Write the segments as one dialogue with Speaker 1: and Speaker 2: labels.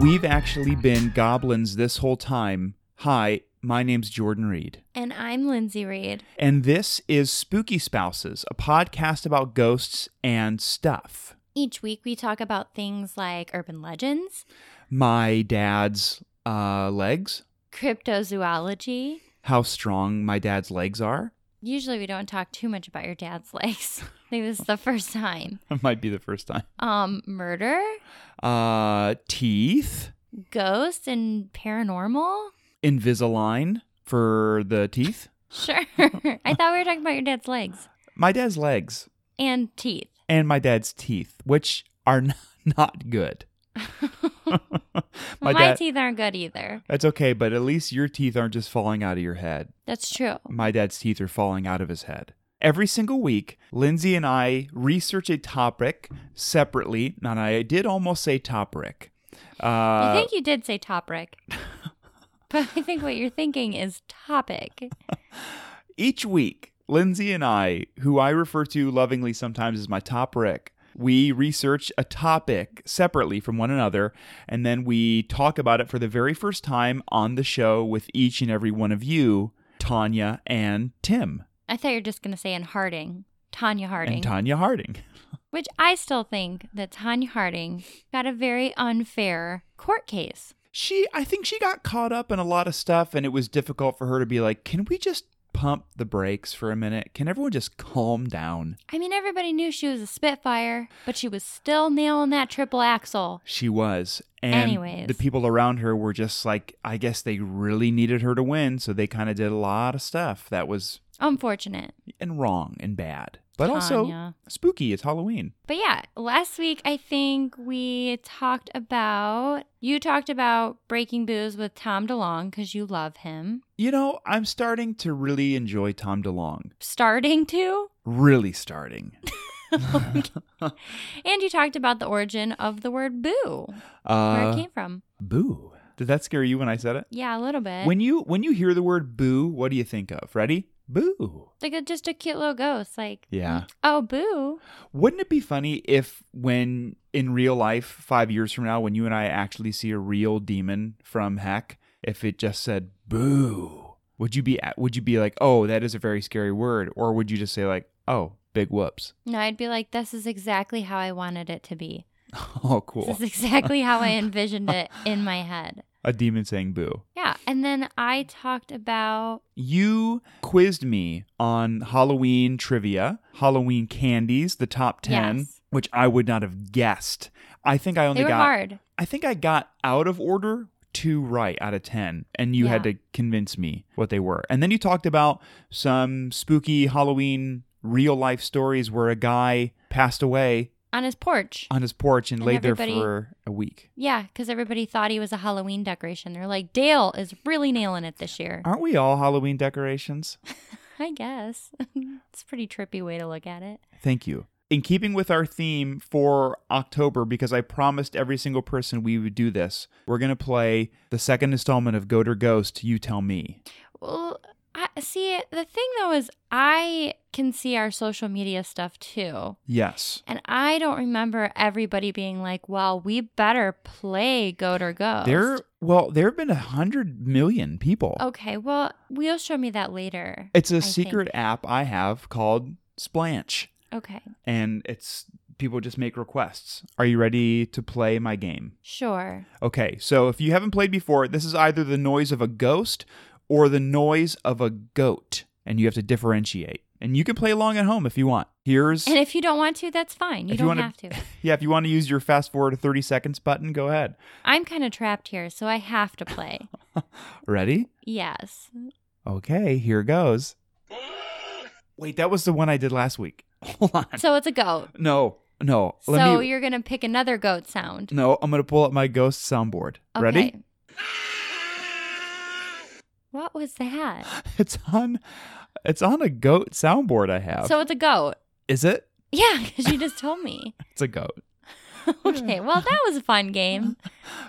Speaker 1: We've actually been goblins this whole time. Hi, my name's Jordan Reed.
Speaker 2: And I'm Lindsay Reed.
Speaker 1: And this is Spooky Spouses, a podcast about ghosts and stuff.
Speaker 2: Each week we talk about things like urban legends,
Speaker 1: My dad's uh, legs,
Speaker 2: cryptozoology.
Speaker 1: how strong my dad's legs are.
Speaker 2: Usually we don't talk too much about your dad's legs. I think this is the first time.
Speaker 1: That might be the first time.
Speaker 2: Um, murder,
Speaker 1: Uh, teeth,
Speaker 2: ghosts, and paranormal.
Speaker 1: Invisalign for the teeth.
Speaker 2: Sure. I thought we were talking about your dad's legs
Speaker 1: My dad's legs
Speaker 2: and teeth.
Speaker 1: and my dad's teeth, which are n- not good.
Speaker 2: My, teeth aren't good either.
Speaker 1: That's okay, but at least your teeth aren't just falling out of your head.
Speaker 2: That's true.
Speaker 1: My dad's teeth are falling out of his head. Every single week, Lindsay and I research a topic separately. Now, I did almost say topic.
Speaker 2: I
Speaker 1: Uh,
Speaker 2: think you did say topic. but I think what you're thinking is topic.
Speaker 1: each week, Lindsay and I, who I refer to lovingly sometimes as my top rick, we research a topic separately from one another, and then we talk about it for the very first time on the show with each and every one of you, Tanya and Tim.
Speaker 2: I thought you were just going to say in Harding, Tanya Harding,
Speaker 1: And Tanya Harding.
Speaker 2: which I still think that Tanya Harding got a very unfair court case.
Speaker 1: She, I think she got caught up in a lot of stuff, and it was difficult for her to be like, can we just pump the brakes for a minute? Can everyone just calm down?
Speaker 2: I mean, everybody knew she was a Spitfire, but she was still nailing that triple axle.
Speaker 1: She was. And
Speaker 2: Anyways.
Speaker 1: the people around her were just like, I guess they really needed her to win. So they kind of did a lot of stuff that was
Speaker 2: Unfortunate.
Speaker 1: and wrong and bad, but also
Speaker 2: Tanya.
Speaker 1: spooky. It's Halloween.
Speaker 2: But yeah, last week I think we talked about, you talked about Breaking Booze with Tom DeLong because you love him.
Speaker 1: You know, I'm starting to really enjoy Tom DeLong.
Speaker 2: Starting to.
Speaker 1: Really starting.
Speaker 2: And you talked about the origin of the word boo, where it
Speaker 1: Uh,
Speaker 2: came from.
Speaker 1: boo. Did that scare you when I said it?
Speaker 2: Yeah, a little bit.
Speaker 1: When you when you hear the word boo, what do you think of? Ready? Boo.
Speaker 2: like a, just a cute little ghost. Like,
Speaker 1: Yeah.
Speaker 2: oh, boo.
Speaker 1: Wouldn't it be funny if when in real life 5 years from now when you and I actually see a real demon from heck, if it just said boo, would you be would you be like, "Oh, that is a very scary word," or would you just say like, "Oh, big whoops."
Speaker 2: No, I'd be like, this is exactly how I wanted it to be.
Speaker 1: Oh, cool.
Speaker 2: This is exactly how I envisioned it in my head.
Speaker 1: A demon saying boo.
Speaker 2: Yeah. And then I talked about,
Speaker 1: You quizzed me on Halloween trivia, Halloween candies, the top 10,
Speaker 2: Yes.
Speaker 1: which I would not have guessed. I think I only
Speaker 2: they were
Speaker 1: got
Speaker 2: hard.
Speaker 1: I think I got out of order two right out of 10 and you had
Speaker 2: Yeah.
Speaker 1: to convince me what they were. And then you talked about some spooky Halloween real life stories where a guy passed away
Speaker 2: On his porch.
Speaker 1: on his porch and,
Speaker 2: And
Speaker 1: laid there
Speaker 2: everybody-
Speaker 1: for a week.
Speaker 2: Yeah, because everybody thought he was a Halloween decoration. They're like, Dale is really nailing it this year.
Speaker 1: Aren't we all Halloween decorations?
Speaker 2: I guess. it's a pretty trippy way to look at it.
Speaker 1: Thank you. In keeping with our theme for October, because I promised every single person we would do this, we're going to play the second installment of Goat or Ghost, You Tell Me.
Speaker 2: Well, I see. The thing though is, I can see our social media stuff too,
Speaker 1: Yes.
Speaker 2: and I don't remember everybody being like, "Well, we better play Goat or Ghost."
Speaker 1: There, well, there have been a hundred million people.
Speaker 2: Okay. Well, we'll show me that later.
Speaker 1: It's a
Speaker 2: Oh, I
Speaker 1: secret app I have called Splanch,
Speaker 2: Okay.
Speaker 1: and it's people just make requests. Are you ready to play my game?
Speaker 2: Sure.
Speaker 1: Okay, so if you haven't played before, this is either the noise of a ghost or the noise of a goat, and you have to differentiate. And you can play along at home if you want. Here's
Speaker 2: And if you don't want to, that's fine. You
Speaker 1: If you
Speaker 2: don't
Speaker 1: wanna-
Speaker 2: have to.
Speaker 1: yeah, if you want to use your fast forward to 30 seconds button, go ahead.
Speaker 2: I'm kind of trapped here, so I have to play.
Speaker 1: Ready?
Speaker 2: yes.
Speaker 1: Okay, here goes. Wait, that was the one I did last week. Hold on.
Speaker 2: So it's a goat.
Speaker 1: No, no. Let
Speaker 2: so
Speaker 1: me
Speaker 2: you're gonna pick another goat sound.
Speaker 1: No, I'm gonna pull up my ghost soundboard.
Speaker 2: Okay.
Speaker 1: Ready?
Speaker 2: What was that?
Speaker 1: It's on it's on a goat soundboard I have.
Speaker 2: So it's a goat.
Speaker 1: Is it?
Speaker 2: Yeah, because you just told me.
Speaker 1: It's a goat.
Speaker 2: okay, well, that was a fun game.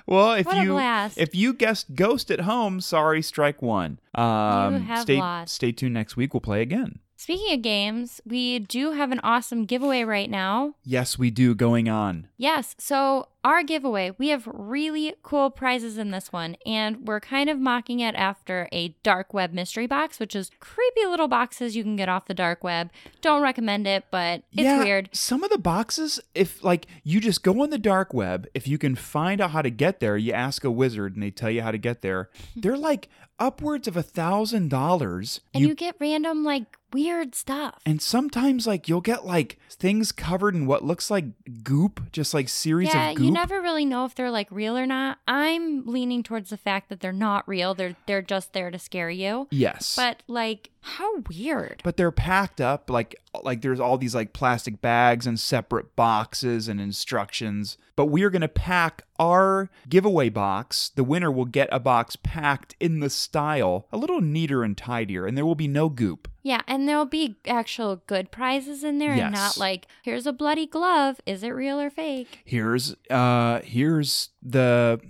Speaker 1: Well if
Speaker 2: What a
Speaker 1: you
Speaker 2: blast.
Speaker 1: if you guessed ghost at home, sorry, strike one. Um
Speaker 2: have
Speaker 1: stay
Speaker 2: lost.
Speaker 1: stay tuned next week, we'll play again.
Speaker 2: Speaking of games, we do have an awesome giveaway right now.
Speaker 1: Yes, we do going on.
Speaker 2: Yes, so our giveaway, we have really cool prizes in this one, and we're kind of mocking it after a dark web mystery box, which is creepy little boxes you can get off the dark web. Don't recommend it, but it's
Speaker 1: yeah,
Speaker 2: weird.
Speaker 1: Some of the boxes, if like you just go on the dark web, if you can find out how to get there, you ask a wizard and they tell you how to get there. They're like upwards of a thousand dollars.
Speaker 2: And you get random, like, weird stuff.
Speaker 1: And sometimes, like, you'll get like things covered in what looks like goop, just like series
Speaker 2: yeah,
Speaker 1: of goop.
Speaker 2: you never really know if they're like real or not. I'm leaning towards the fact that they're not real. They're they're just there to scare you.
Speaker 1: yes,
Speaker 2: But like, how weird.
Speaker 1: but they're packed up like like there's all these like plastic bags and separate boxes and instructions but we are going to pack our giveaway box the winner will get a box packed in the style a little neater and tidier and there will be no goop
Speaker 2: Yeah, and there'll be actual good prizes in there and
Speaker 1: Yes.
Speaker 2: not like, here's a bloody glove. Is it real or fake?
Speaker 1: here's uh here's the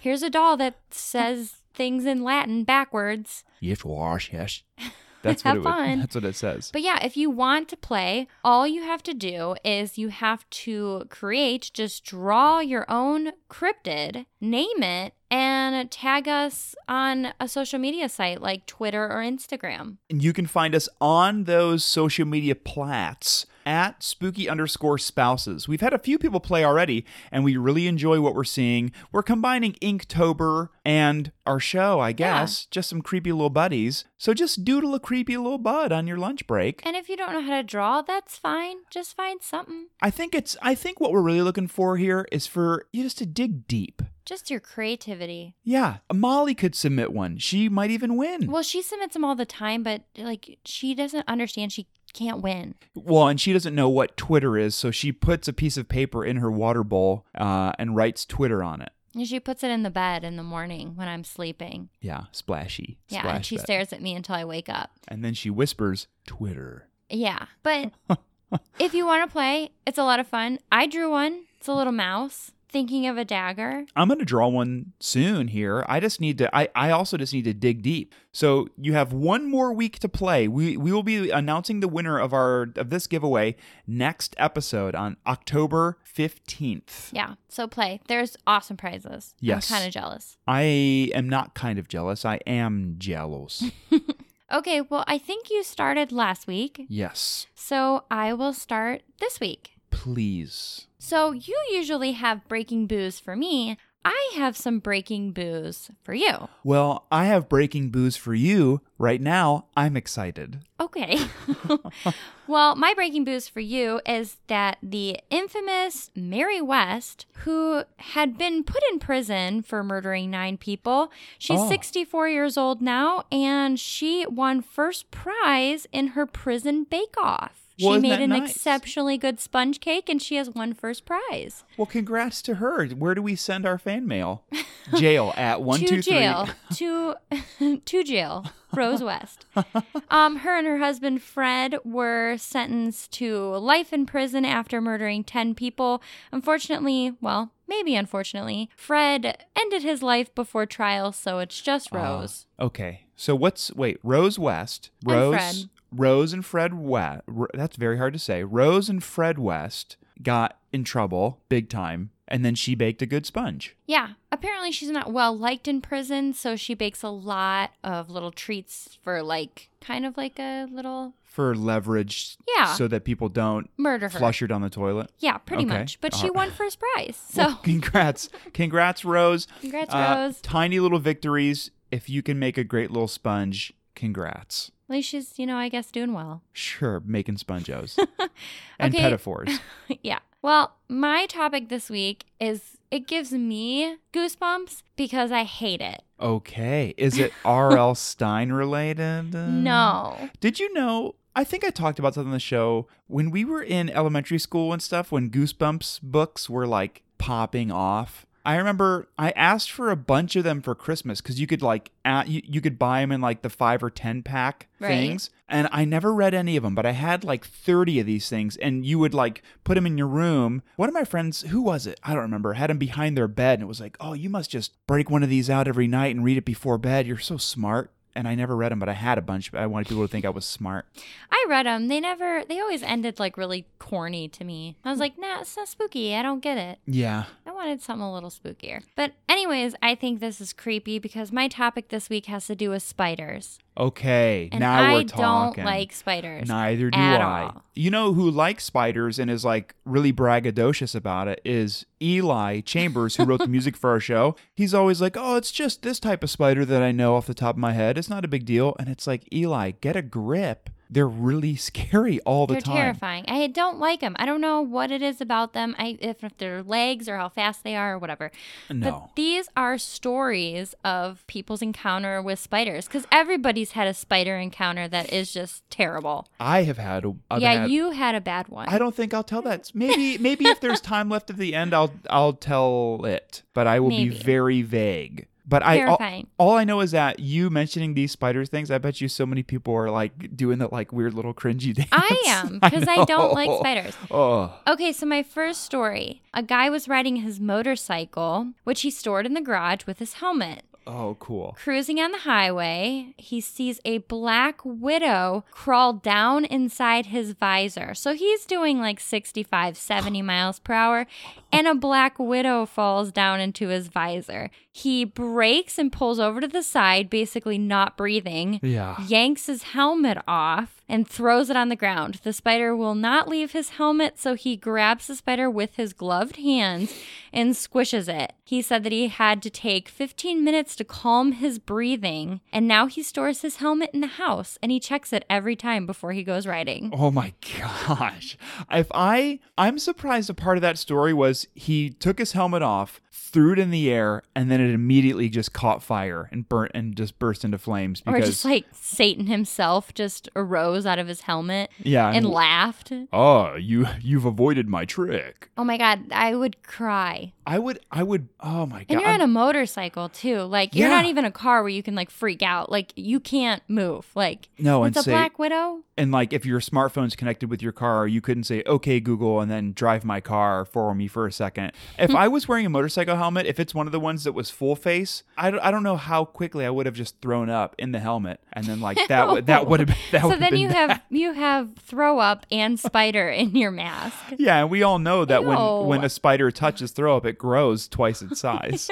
Speaker 2: Here's a doll that says things in Latin backwards.
Speaker 1: yes wash yes that's what
Speaker 2: Have
Speaker 1: it would-
Speaker 2: fun.
Speaker 1: that's what it says
Speaker 2: But yeah, if you want to play, all you have to do is you have to create, just draw your own cryptid, name it, and tag us on a social media site like Twitter or Instagram.
Speaker 1: And you can find us on those social media plats at spooky underscore spouses. We've had a few people play already, and we really enjoy what we're seeing. We're combining Inktober and our show, I guess. Just some creepy little buddies. So just doodle a creepy little bud on your lunch break.
Speaker 2: And if you don't know how to draw, that's fine. Just find something.
Speaker 1: I think it's I think what we're really looking for here is for you just to dig deep.
Speaker 2: Just your creativity.
Speaker 1: Yeah. Molly could submit one. She might even win.
Speaker 2: Well, she submits them all the time, but like she doesn't understand she can't win.
Speaker 1: Well, and she doesn't know what Twitter is, so she puts a piece of paper in her water bowl uh, and writes Twitter on it.
Speaker 2: And she puts it in the bed in the morning when I'm sleeping.
Speaker 1: Yeah, splashy.
Speaker 2: Yeah, and
Speaker 1: splash
Speaker 2: she
Speaker 1: that.
Speaker 2: stares at me until I wake up.
Speaker 1: And then she whispers, Twitter.
Speaker 2: Yeah,
Speaker 1: Oh.
Speaker 2: but if you want to play, it's a lot of fun. I drew one. It's a little mouse thinking of a dagger.
Speaker 1: I'm going to draw one soon here. I just need to, I, I also just need to dig deep. So you have one more week to play. We, we will be announcing the winner of our, of this giveaway next episode on October 15th.
Speaker 2: Yeah, so play. There's awesome prizes.
Speaker 1: Yes.
Speaker 2: I'm kind of jealous.
Speaker 1: I am not kind of jealous. I am jealous.
Speaker 2: Okay, well, I think you started last week,
Speaker 1: yes,
Speaker 2: so I will start this week.
Speaker 1: please.
Speaker 2: So you usually have breaking booze for me. I have some breaking booze for you.
Speaker 1: Well, I have breaking booze for you right now. I'm excited.
Speaker 2: Okay. well, my breaking booze for you is that the infamous Mary West, who had been put in prison for murdering nine people, she's
Speaker 1: Oh.
Speaker 2: 64 years old now, and she won first prize in her prison bake-off. She
Speaker 1: Well, isn't
Speaker 2: made
Speaker 1: that
Speaker 2: an
Speaker 1: nice?
Speaker 2: exceptionally good sponge cake, and she has won first prize.
Speaker 1: Well, congrats to her. Where do we send our fan mail? Jail at one
Speaker 2: to
Speaker 1: two three.
Speaker 2: jail to to jail rose west um her and her husband fred were sentenced to life in prison after murdering 10 people unfortunately well maybe unfortunately fred ended his life before trial so it's just rose
Speaker 1: Uh, okay. So what's wait? Rose West. Rose.
Speaker 2: Fred.
Speaker 1: Rose and Fred West. That's very hard to say. Rose and Fred West got in trouble big time, and then she baked a good sponge.
Speaker 2: yeah apparently she's not well liked in prison so she bakes a lot of little treats for like kind of like a little
Speaker 1: For leverage,
Speaker 2: Yeah.
Speaker 1: so that people don't
Speaker 2: murder her
Speaker 1: flush her down the toilet.
Speaker 2: yeah pretty
Speaker 1: Okay. Uh-huh.
Speaker 2: much but
Speaker 1: All
Speaker 2: she
Speaker 1: right.
Speaker 2: won first prize so
Speaker 1: Well, congrats, congrats, Rose.
Speaker 2: Congrats,
Speaker 1: Uh,
Speaker 2: Rose.
Speaker 1: Tiny little victories. If you can make a great little sponge, congrats.
Speaker 2: at least she's you know i guess doing well
Speaker 1: Sure, making sponges and
Speaker 2: Okay.
Speaker 1: pedophores.
Speaker 2: yeah. Well, my topic this week is it gives me goosebumps because I hate it.
Speaker 1: Okay, is it R.L. Stein related? Uh,
Speaker 2: No.
Speaker 1: Did you know? I think I talked about this on the show when we were in elementary school and stuff. When Goosebumps books were like popping off. I remember I asked for a bunch of them for Christmas because you could like at, you, you could buy them in like the five or ten pack
Speaker 2: Right.
Speaker 1: things, and I never read any of them. But I had like thirty of these things, and you would like put them in your room. One of my friends, who was it? I don't remember, had them behind their bed, and it was like, oh, you must just break one of these out every night and read it before bed. You're so smart. and I never read them, but I had a bunch. I wanted people to think I was smart.
Speaker 2: I read them. They never. They always ended like really corny to me. I was like, nah, it's not spooky. I don't get it.
Speaker 1: Yeah.
Speaker 2: I wanted something a little spookier. But anyways, I think this is creepy because my topic this week has to do with spiders,
Speaker 1: Okay.
Speaker 2: and
Speaker 1: now
Speaker 2: I
Speaker 1: we're talking.
Speaker 2: don't like spiders.
Speaker 1: Neither do
Speaker 2: at
Speaker 1: I.
Speaker 2: all.
Speaker 1: You know who likes spiders and is like really braggadocious about it is Eli Chambers, who wrote the music for our show. He's always like, oh, it's just this type of spider that I know off the top of my head. It's not a big deal. And it's like, Eli, get a grip. They're really scary all the
Speaker 2: they're
Speaker 1: time.
Speaker 2: terrifying. I don't like them. I don't know what it is about them. I if, if their legs or how fast they are or whatever.
Speaker 1: No.
Speaker 2: But these are stories of people's encounter with spiders because everybody's had a spider encounter that is just terrible.
Speaker 1: I have had a, a
Speaker 2: yeah,
Speaker 1: bad-
Speaker 2: you had a bad one.
Speaker 1: I don't think I'll tell that. Maybe maybe if there's time left at the end, I'll I'll tell it, but I will be
Speaker 2: Maybe.
Speaker 1: very vague. But I all,
Speaker 2: Terrifying.
Speaker 1: all I know is that you mentioning these spider things, I bet you so many people are like doing the like weird little cringy dance.
Speaker 2: I am because I, don't like
Speaker 1: know.
Speaker 2: spiders.
Speaker 1: Oh,
Speaker 2: Okay, so my first story a guy was riding his motorcycle, which he stored in the garage with his helmet.
Speaker 1: oh, cool.
Speaker 2: Cruising on the highway, he sees a black widow crawl down inside his visor. So he's doing like 65, 70 miles per hour, and a black widow falls down into his visor. He brakes and pulls over to the side, basically not breathing
Speaker 1: Yeah.
Speaker 2: yanks his helmet off and throws it on the ground. The spider will not leave his helmet, so he grabs the spider with his gloved hands and squishes it. He said that he had to take 15 minutes to calm his breathing, and now he stores his helmet in the house and he checks it every time before he goes riding.
Speaker 1: Oh my gosh. If I I'm surprised a part of that story was he took his helmet off, threw it in the air, and then it immediately just caught fire and burnt and just burst into flames
Speaker 2: Or
Speaker 1: Oh, because
Speaker 2: just like Satan himself just arose out of his helmet
Speaker 1: yeah,
Speaker 2: and laughed.
Speaker 1: Oh, you you've avoided my trick.
Speaker 2: Oh my God, I would cry.
Speaker 1: I would I would oh my god.
Speaker 2: And you're on a motorcycle too. Like you're not
Speaker 1: Yeah.
Speaker 2: even a car where you can like freak out. Like you can't move. Like
Speaker 1: no, and
Speaker 2: it's a
Speaker 1: say
Speaker 2: black widow.
Speaker 1: and like if your smartphone's connected with your car, you couldn't say okay Google and then drive my car for me for a second.
Speaker 2: Hmm.
Speaker 1: If I was wearing a motorcycle helmet, if it's one of the ones that was full face, I don't, I don't know how quickly I would have just thrown up in the helmet and then like that would that would have been that
Speaker 2: So
Speaker 1: would have
Speaker 2: then
Speaker 1: been
Speaker 2: you
Speaker 1: that.
Speaker 2: have you have throw up and spider in your mask.
Speaker 1: yeah, and we all know that
Speaker 2: Ew.
Speaker 1: when when a spider touches throw up, it grows twice its size.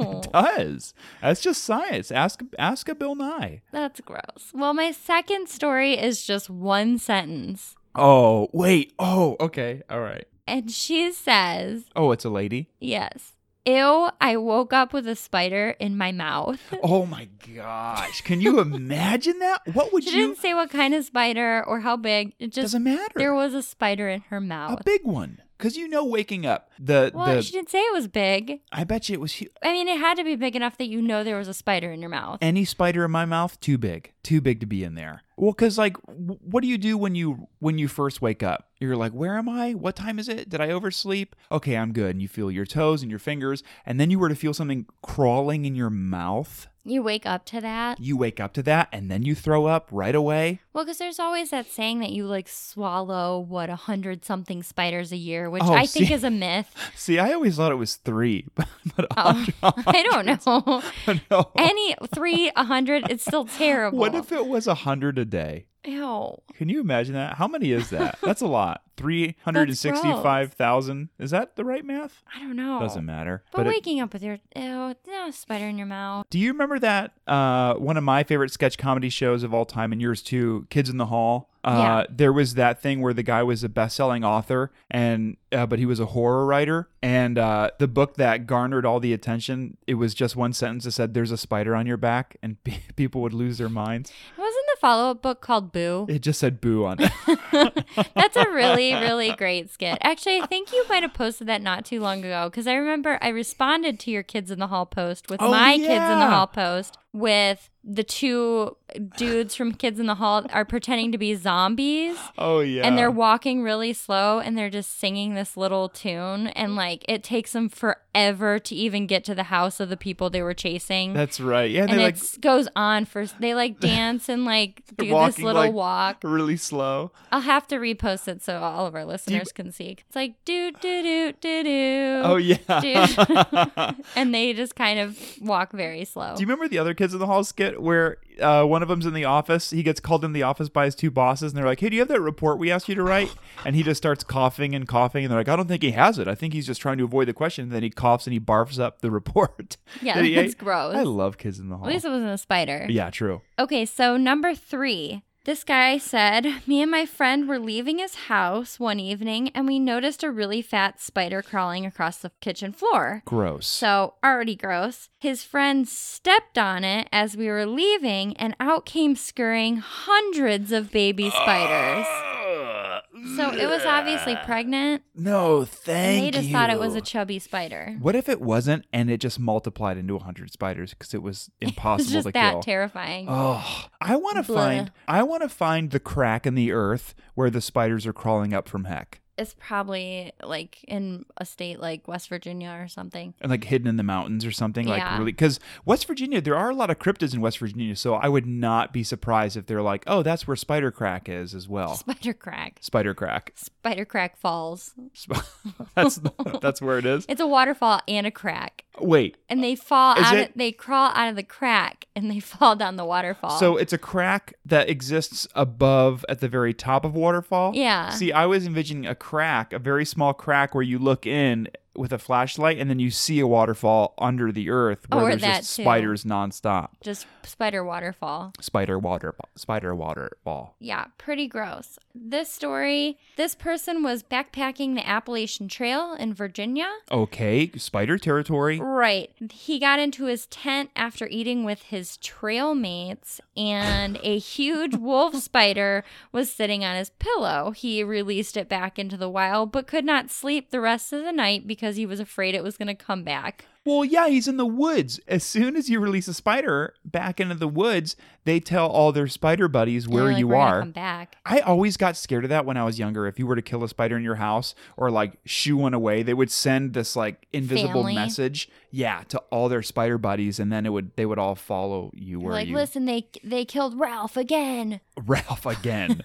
Speaker 1: does. That's just science. Ask ask a Bill Nye.
Speaker 2: That's gross. Well, my second story is just one sentence.
Speaker 1: Oh, wait. Oh, okay. All right.
Speaker 2: And she says,
Speaker 1: Oh, it's a lady.
Speaker 2: Yes. Ew, I woke up with a spider in my mouth.
Speaker 1: Oh my gosh. Can you imagine that? What would
Speaker 2: She
Speaker 1: you
Speaker 2: didn't say what kind of spider or how big. It just
Speaker 1: doesn't
Speaker 2: there
Speaker 1: matter.
Speaker 2: was a spider in her
Speaker 1: A
Speaker 2: mouth.
Speaker 1: big one. Cuz you know waking up the
Speaker 2: Well,
Speaker 1: the
Speaker 2: she didn't say it was big.
Speaker 1: I bet you it was hu-
Speaker 2: I mean, it had to be big enough that you know there was a spider in your mouth.
Speaker 1: any spider in my mouth too big. Too big to be in there. Well, cuz like w- what do you do when you when you first wake up? You're like, "Where am I? What time is it? Did I oversleep?" Okay, I'm good. And you feel your toes and your fingers, and then you were to feel something crawling in your mouth.
Speaker 2: You wake up to that.
Speaker 1: You wake up to that and then you throw up right away.
Speaker 2: Well, because there's always that saying that you like swallow what a hundred something spiders a year, which
Speaker 1: Oh,
Speaker 2: I think
Speaker 1: see.
Speaker 2: is a myth.
Speaker 1: See, I always thought it was three, but
Speaker 2: Oh, I don't know.
Speaker 1: no.
Speaker 2: Any three, a hundred, it's still terrible.
Speaker 1: What if it was a hundred a day?
Speaker 2: Ew.
Speaker 1: Can you imagine that? How many is that? That's a lot. Three hundred and sixty-five thousand. Is that the right math?
Speaker 2: I don't know.
Speaker 1: Doesn't matter.
Speaker 2: Oh. But,
Speaker 1: it-
Speaker 2: waking up with your ew, no spider in your mouth.
Speaker 1: do you remember that uh, one of my favorite sketch comedy shows of all time, and yours too, Kids in the Hall? Uh, There was that thing where the guy was a best-selling author, and uh, but he was a horror writer, and uh, the book that garnered all the attention, it was just one sentence that said, "There's a spider on your back," and pe people would lose their minds.
Speaker 2: Wasn't the follow up book called Boo?
Speaker 1: It just said "boo" on it.
Speaker 2: That's a really, really great skit. Actually, I think you might have posted that not too long ago because I remember I responded to your Kids in the Hall post with
Speaker 1: Oh,
Speaker 2: my Kids in the
Speaker 1: yeah.
Speaker 2: Hall post with the two dudes from Kids in the Hall are pretending to be zombies
Speaker 1: Oh yeah.
Speaker 2: and they're walking really slow and they're just singing this little tune and like it takes them forever to even get to the house of the people they were chasing.
Speaker 1: That's right. Yeah,
Speaker 2: and
Speaker 1: they're
Speaker 2: it
Speaker 1: like
Speaker 2: goes on for they like dance and like do this
Speaker 1: walking,
Speaker 2: little
Speaker 1: like-
Speaker 2: walk.
Speaker 1: really slow.
Speaker 2: I'll have to repost it so all of our listeners can see. It's like do do do do do.
Speaker 1: Oh yeah.
Speaker 2: Dude. and they just kind of walk very slow.
Speaker 1: Do you remember the other kids Kids in the Hall skit where uh, one of them's in the office. He gets called in the office by his two bosses, and they're like, "Hey, do you have that report we asked you to write?" And he just starts coughing and coughing, and they're like, "I don't think he has it. I think he's just trying to avoid the question." And then he coughs and he barfs up the report.
Speaker 2: Yeah,
Speaker 1: that he
Speaker 2: that's
Speaker 1: ate.
Speaker 2: gross.
Speaker 1: I love Kids in the Hall.
Speaker 2: At least it wasn't a spider.
Speaker 1: Yeah, true.
Speaker 2: Okay, so number three. This guy said, Me and my friend were leaving his house one evening and we noticed a really fat spider crawling across the kitchen floor.
Speaker 1: Gross.
Speaker 2: So, already gross. His friend stepped on it as we were leaving and out came scurrying hundreds of baby spiders. So, it was obviously pregnant
Speaker 1: No,
Speaker 2: and
Speaker 1: thank
Speaker 2: they just thought it was
Speaker 1: you.
Speaker 2: a chubby spider.
Speaker 1: What if it wasn't, and it just multiplied into hundred spiders because it was impossible
Speaker 2: It's just
Speaker 1: to
Speaker 2: that
Speaker 1: kill?
Speaker 2: terrifying.
Speaker 1: Oh, I want to
Speaker 2: Blah.
Speaker 1: find. I want to find the crack in the earth where the spiders are crawling up from heck
Speaker 2: It's probably like in a state like West Virginia or something.
Speaker 1: and like hidden in the mountains or something. Like
Speaker 2: Yeah.
Speaker 1: really, because West Virginia, there are a lot of cryptids in West Virginia, so I would not be surprised if they're like, oh, that's where spider crack is as well.
Speaker 2: Spider crack.
Speaker 1: Spider crack.
Speaker 2: Spider crack falls.
Speaker 1: Sp- that's that's where it is.
Speaker 2: It's a waterfall and a crack.
Speaker 1: Wait,
Speaker 2: And they fall
Speaker 1: Is
Speaker 2: out
Speaker 1: it-
Speaker 2: of they crawl out of the crack and they fall down the waterfall.
Speaker 1: So it's a crack that exists above at the very top of waterfall.
Speaker 2: Yeah.
Speaker 1: See, I was envisioning a crack, a very small crack where you look in with a flashlight and then you see a waterfall under the earth
Speaker 2: Oh,
Speaker 1: where
Speaker 2: or
Speaker 1: there's
Speaker 2: that
Speaker 1: just
Speaker 2: too.
Speaker 1: spiders nonstop.
Speaker 2: just spider waterfall.
Speaker 1: Spider water spider waterfall.
Speaker 2: Yeah, pretty gross. This story, this person was backpacking the Appalachian Trail in Virginia.
Speaker 1: Okay, spider territory.
Speaker 2: Right. He got into his tent after eating with his trail mates, and a huge wolf spider was sitting on his pillow. He released it back into the wild, but could not sleep the rest of the night because he was afraid it was going to come back.
Speaker 1: Well, yeah, he's in the woods. As soon as you release a spider back into the woods, they tell all their spider buddies
Speaker 2: And
Speaker 1: where
Speaker 2: they're like,
Speaker 1: you
Speaker 2: "We're gonna
Speaker 1: are.
Speaker 2: Come back.
Speaker 1: I always got scared of that when I was younger. If you were to kill a spider in your house or like shoo one away, they would send this like invisible
Speaker 2: Family.
Speaker 1: message, yeah, to all their spider buddies, and then it would they would all follow you where
Speaker 2: like,
Speaker 1: you
Speaker 2: listen, they they killed Ralph again.
Speaker 1: Ralph again.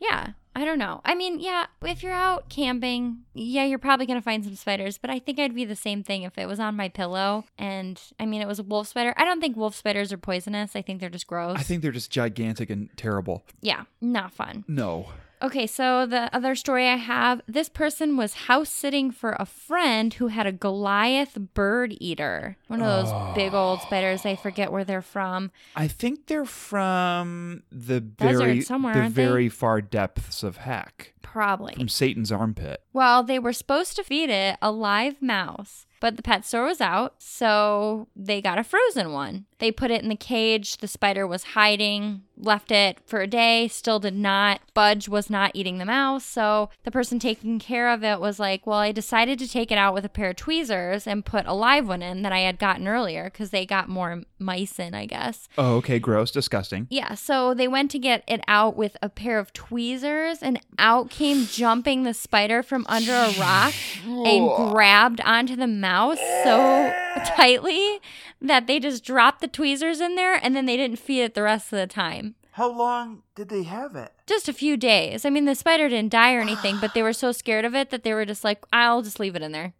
Speaker 2: Yeah. I don't know. I mean, yeah, if you're out camping, yeah, you're probably going to find some spiders, but I think I'd be the same thing if it was on my pillow. And I mean, it was a wolf spider. I don't think wolf spiders are poisonous. I think they're just gross.
Speaker 1: I think they're just gigantic and terrible.
Speaker 2: yeah, not fun.
Speaker 1: No.
Speaker 2: Okay, so the other story I have this person was house sitting for a friend who had a Goliath bird eater, one of those
Speaker 1: Oh.
Speaker 2: big old spiders. I forget where they're from.
Speaker 1: I think they're from the
Speaker 2: Desert
Speaker 1: very
Speaker 2: somewhere,
Speaker 1: the
Speaker 2: aren't they?
Speaker 1: very far depths of heck.
Speaker 2: Probably.
Speaker 1: From Satan's armpit.
Speaker 2: Well, they were supposed to feed it a live mouse, but the pet store was out, so they got a frozen one. They put it in the cage. The spider was hiding, left it for a day, still did not. Budge was not eating the mouse, so the person taking care of it was like, Well, I decided to take it out with a pair of tweezers and put a live one in that I had gotten earlier because they got more mice in, I guess.
Speaker 1: Oh, okay, gross, disgusting.
Speaker 2: Yeah, so they went to get it out with a pair of tweezers, and out came jumping the spider from under a rock and grabbed onto the mouse so tightly that they just dropped the tweezers in there and then they didn't feed it the rest of the time.
Speaker 3: How long did they have it?
Speaker 2: Just a few days. I mean, the spider didn't die or anything, but they were so scared of it that they were just like, I'll just leave it in there.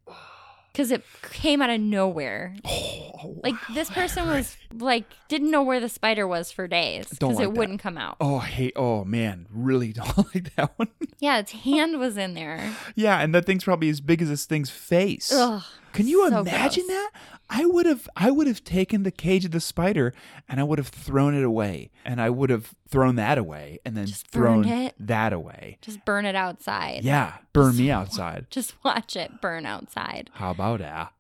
Speaker 2: Because it came out of nowhere.
Speaker 1: Oh.
Speaker 2: Like, this person was like, didn't know where the spider was for days
Speaker 1: Don't
Speaker 2: because
Speaker 1: like
Speaker 2: it
Speaker 1: that.
Speaker 2: wouldn't come out.
Speaker 1: Oh, hey, oh man, really don't like that one.
Speaker 2: Yeah, its hand was in there.
Speaker 1: Yeah, and that thing's probably as big as this thing's face.
Speaker 2: Ugh,
Speaker 1: Can you
Speaker 2: so
Speaker 1: imagine
Speaker 2: gross.
Speaker 1: that? I would have I would have taken the cage of the spider and I would have thrown it away. And I would have thrown that away and then
Speaker 2: Just
Speaker 1: thrown
Speaker 2: burned it?
Speaker 1: that away.
Speaker 2: Just burn it outside.
Speaker 1: Yeah. Burn me outside.
Speaker 2: Just watch it burn outside.
Speaker 1: How about that?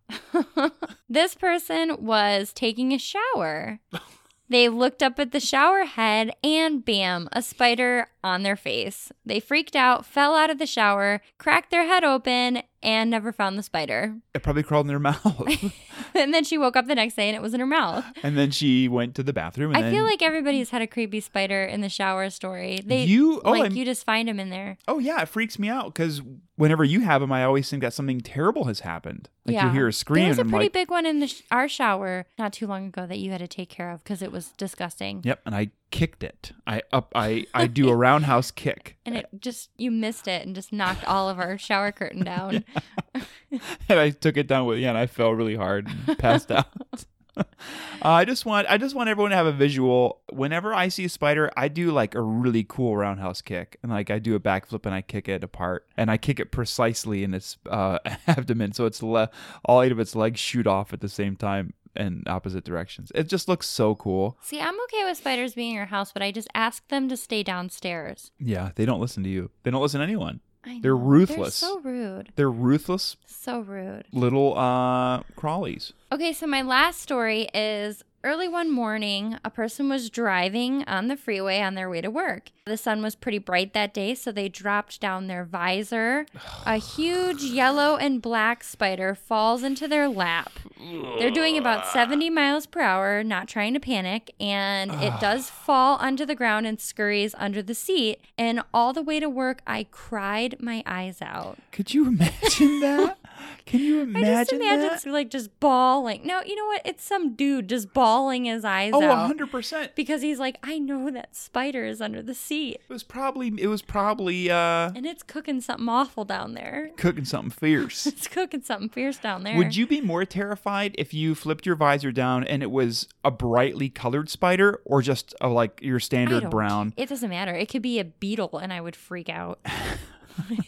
Speaker 2: This person was taking a shower. They looked up at the shower head and bam, a spider on their face. They freaked out, fell out of the shower, cracked their head open, and never found the spider.
Speaker 1: It probably crawled in her mouth.
Speaker 2: and then she woke up the next day and it was in her mouth.
Speaker 1: and then she went to the bathroom and
Speaker 2: I
Speaker 1: then
Speaker 2: feel like everybody's had a creepy spider in the shower story. They
Speaker 1: You- oh,
Speaker 2: like
Speaker 1: I'm-
Speaker 2: you just find him in there.
Speaker 1: Oh yeah, it freaks me out because whenever you have them, I always think that something terrible has happened. Like you hear a scream
Speaker 2: There was a
Speaker 1: and I'm
Speaker 2: pretty
Speaker 1: like,
Speaker 2: big one in the sh- our shower not too long ago that you had to take care of because it was disgusting.
Speaker 1: Yep, and I kicked it. I up I I do a roundhouse kick.
Speaker 2: And it just you missed it and just knocked all of our shower curtain down.
Speaker 1: and I took it down with yeah, and I fell really hard and passed out. Uh, I just want I just want everyone to have a visual. Whenever I see a spider, I do like a really cool roundhouse kick, and like I do a backflip and I kick it apart, and I kick it precisely in its uh, abdomen, so it's le- all eight of its legs shoot off at the same time in opposite directions. It just looks so cool.
Speaker 2: See, I'm okay with spiders being in your house, but I just ask them to stay downstairs.
Speaker 1: Yeah, they don't listen to you. They don't listen to anyone.
Speaker 2: I
Speaker 1: They're
Speaker 2: know.
Speaker 1: ruthless.
Speaker 2: They're so rude.
Speaker 1: They're ruthless
Speaker 2: So rude.
Speaker 1: little uh crawlies.
Speaker 2: Okay, so my last story is early one morning, a person was driving on the freeway on their way to work. The sun was pretty bright that day, so they dropped down their visor. a huge yellow and black spider falls into their lap. They're doing about 70 miles per hour, not trying to panic, and it does fall onto the ground and scurries under the seat. And all the way to work, I cried my eyes out.
Speaker 1: Could you imagine that? Can you
Speaker 2: I
Speaker 1: imagine,
Speaker 2: just imagine
Speaker 1: that?
Speaker 2: it's like just bawling. No, you know what? It's some dude just bawling his eyes
Speaker 1: Oh,
Speaker 2: out
Speaker 1: hundred percent.
Speaker 2: because he's like, I know that spider is under the seat
Speaker 1: It was probably it was probably uh
Speaker 2: and it's cooking something awful down there.
Speaker 1: cooking something fierce.
Speaker 2: It's cooking something fierce down there.
Speaker 1: Would you be more terrified if you flipped your visor down and it was a brightly colored spider or just a, like your
Speaker 2: I
Speaker 1: standard
Speaker 2: don't-
Speaker 1: brown?
Speaker 2: It doesn't matter. It could be a beetle and I would freak out.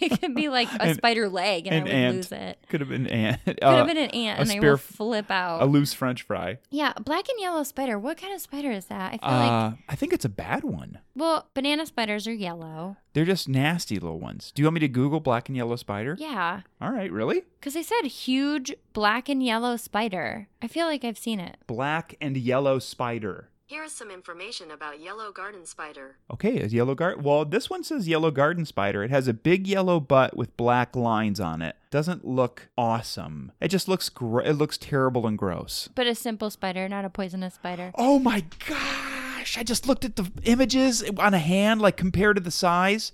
Speaker 2: it could be like a
Speaker 1: An-
Speaker 2: spider leg and I
Speaker 1: an
Speaker 2: would
Speaker 1: ant.
Speaker 2: lose it.
Speaker 1: Could have been an could
Speaker 2: Could have been an ant
Speaker 1: a
Speaker 2: and I
Speaker 1: spear
Speaker 2: will
Speaker 1: f-
Speaker 2: flip
Speaker 1: a
Speaker 2: out.
Speaker 1: loose French fry.
Speaker 2: yeah, black and yellow spider. What kind of spider is that? I feel like
Speaker 1: uh, I think it's a bad one.
Speaker 2: well, banana spiders are yellow.
Speaker 1: They're just nasty little ones. Do you want me to Google black and yellow spider?
Speaker 2: Yeah.
Speaker 1: All right, really?
Speaker 2: Because they said huge black and yellow spider. I feel like I've seen it.
Speaker 1: Black and yellow spider.
Speaker 4: Here is some information about yellow garden spider.
Speaker 1: Okay, a yellow garden. Well, this one says yellow garden spider. It has a big yellow butt with black lines on it. Doesn't look awesome. It just looks gr- it looks terrible and gross.
Speaker 2: But a simple spider, not a poisonous spider.
Speaker 1: Oh my gosh! I just looked at the images on a hand, like compared to the size.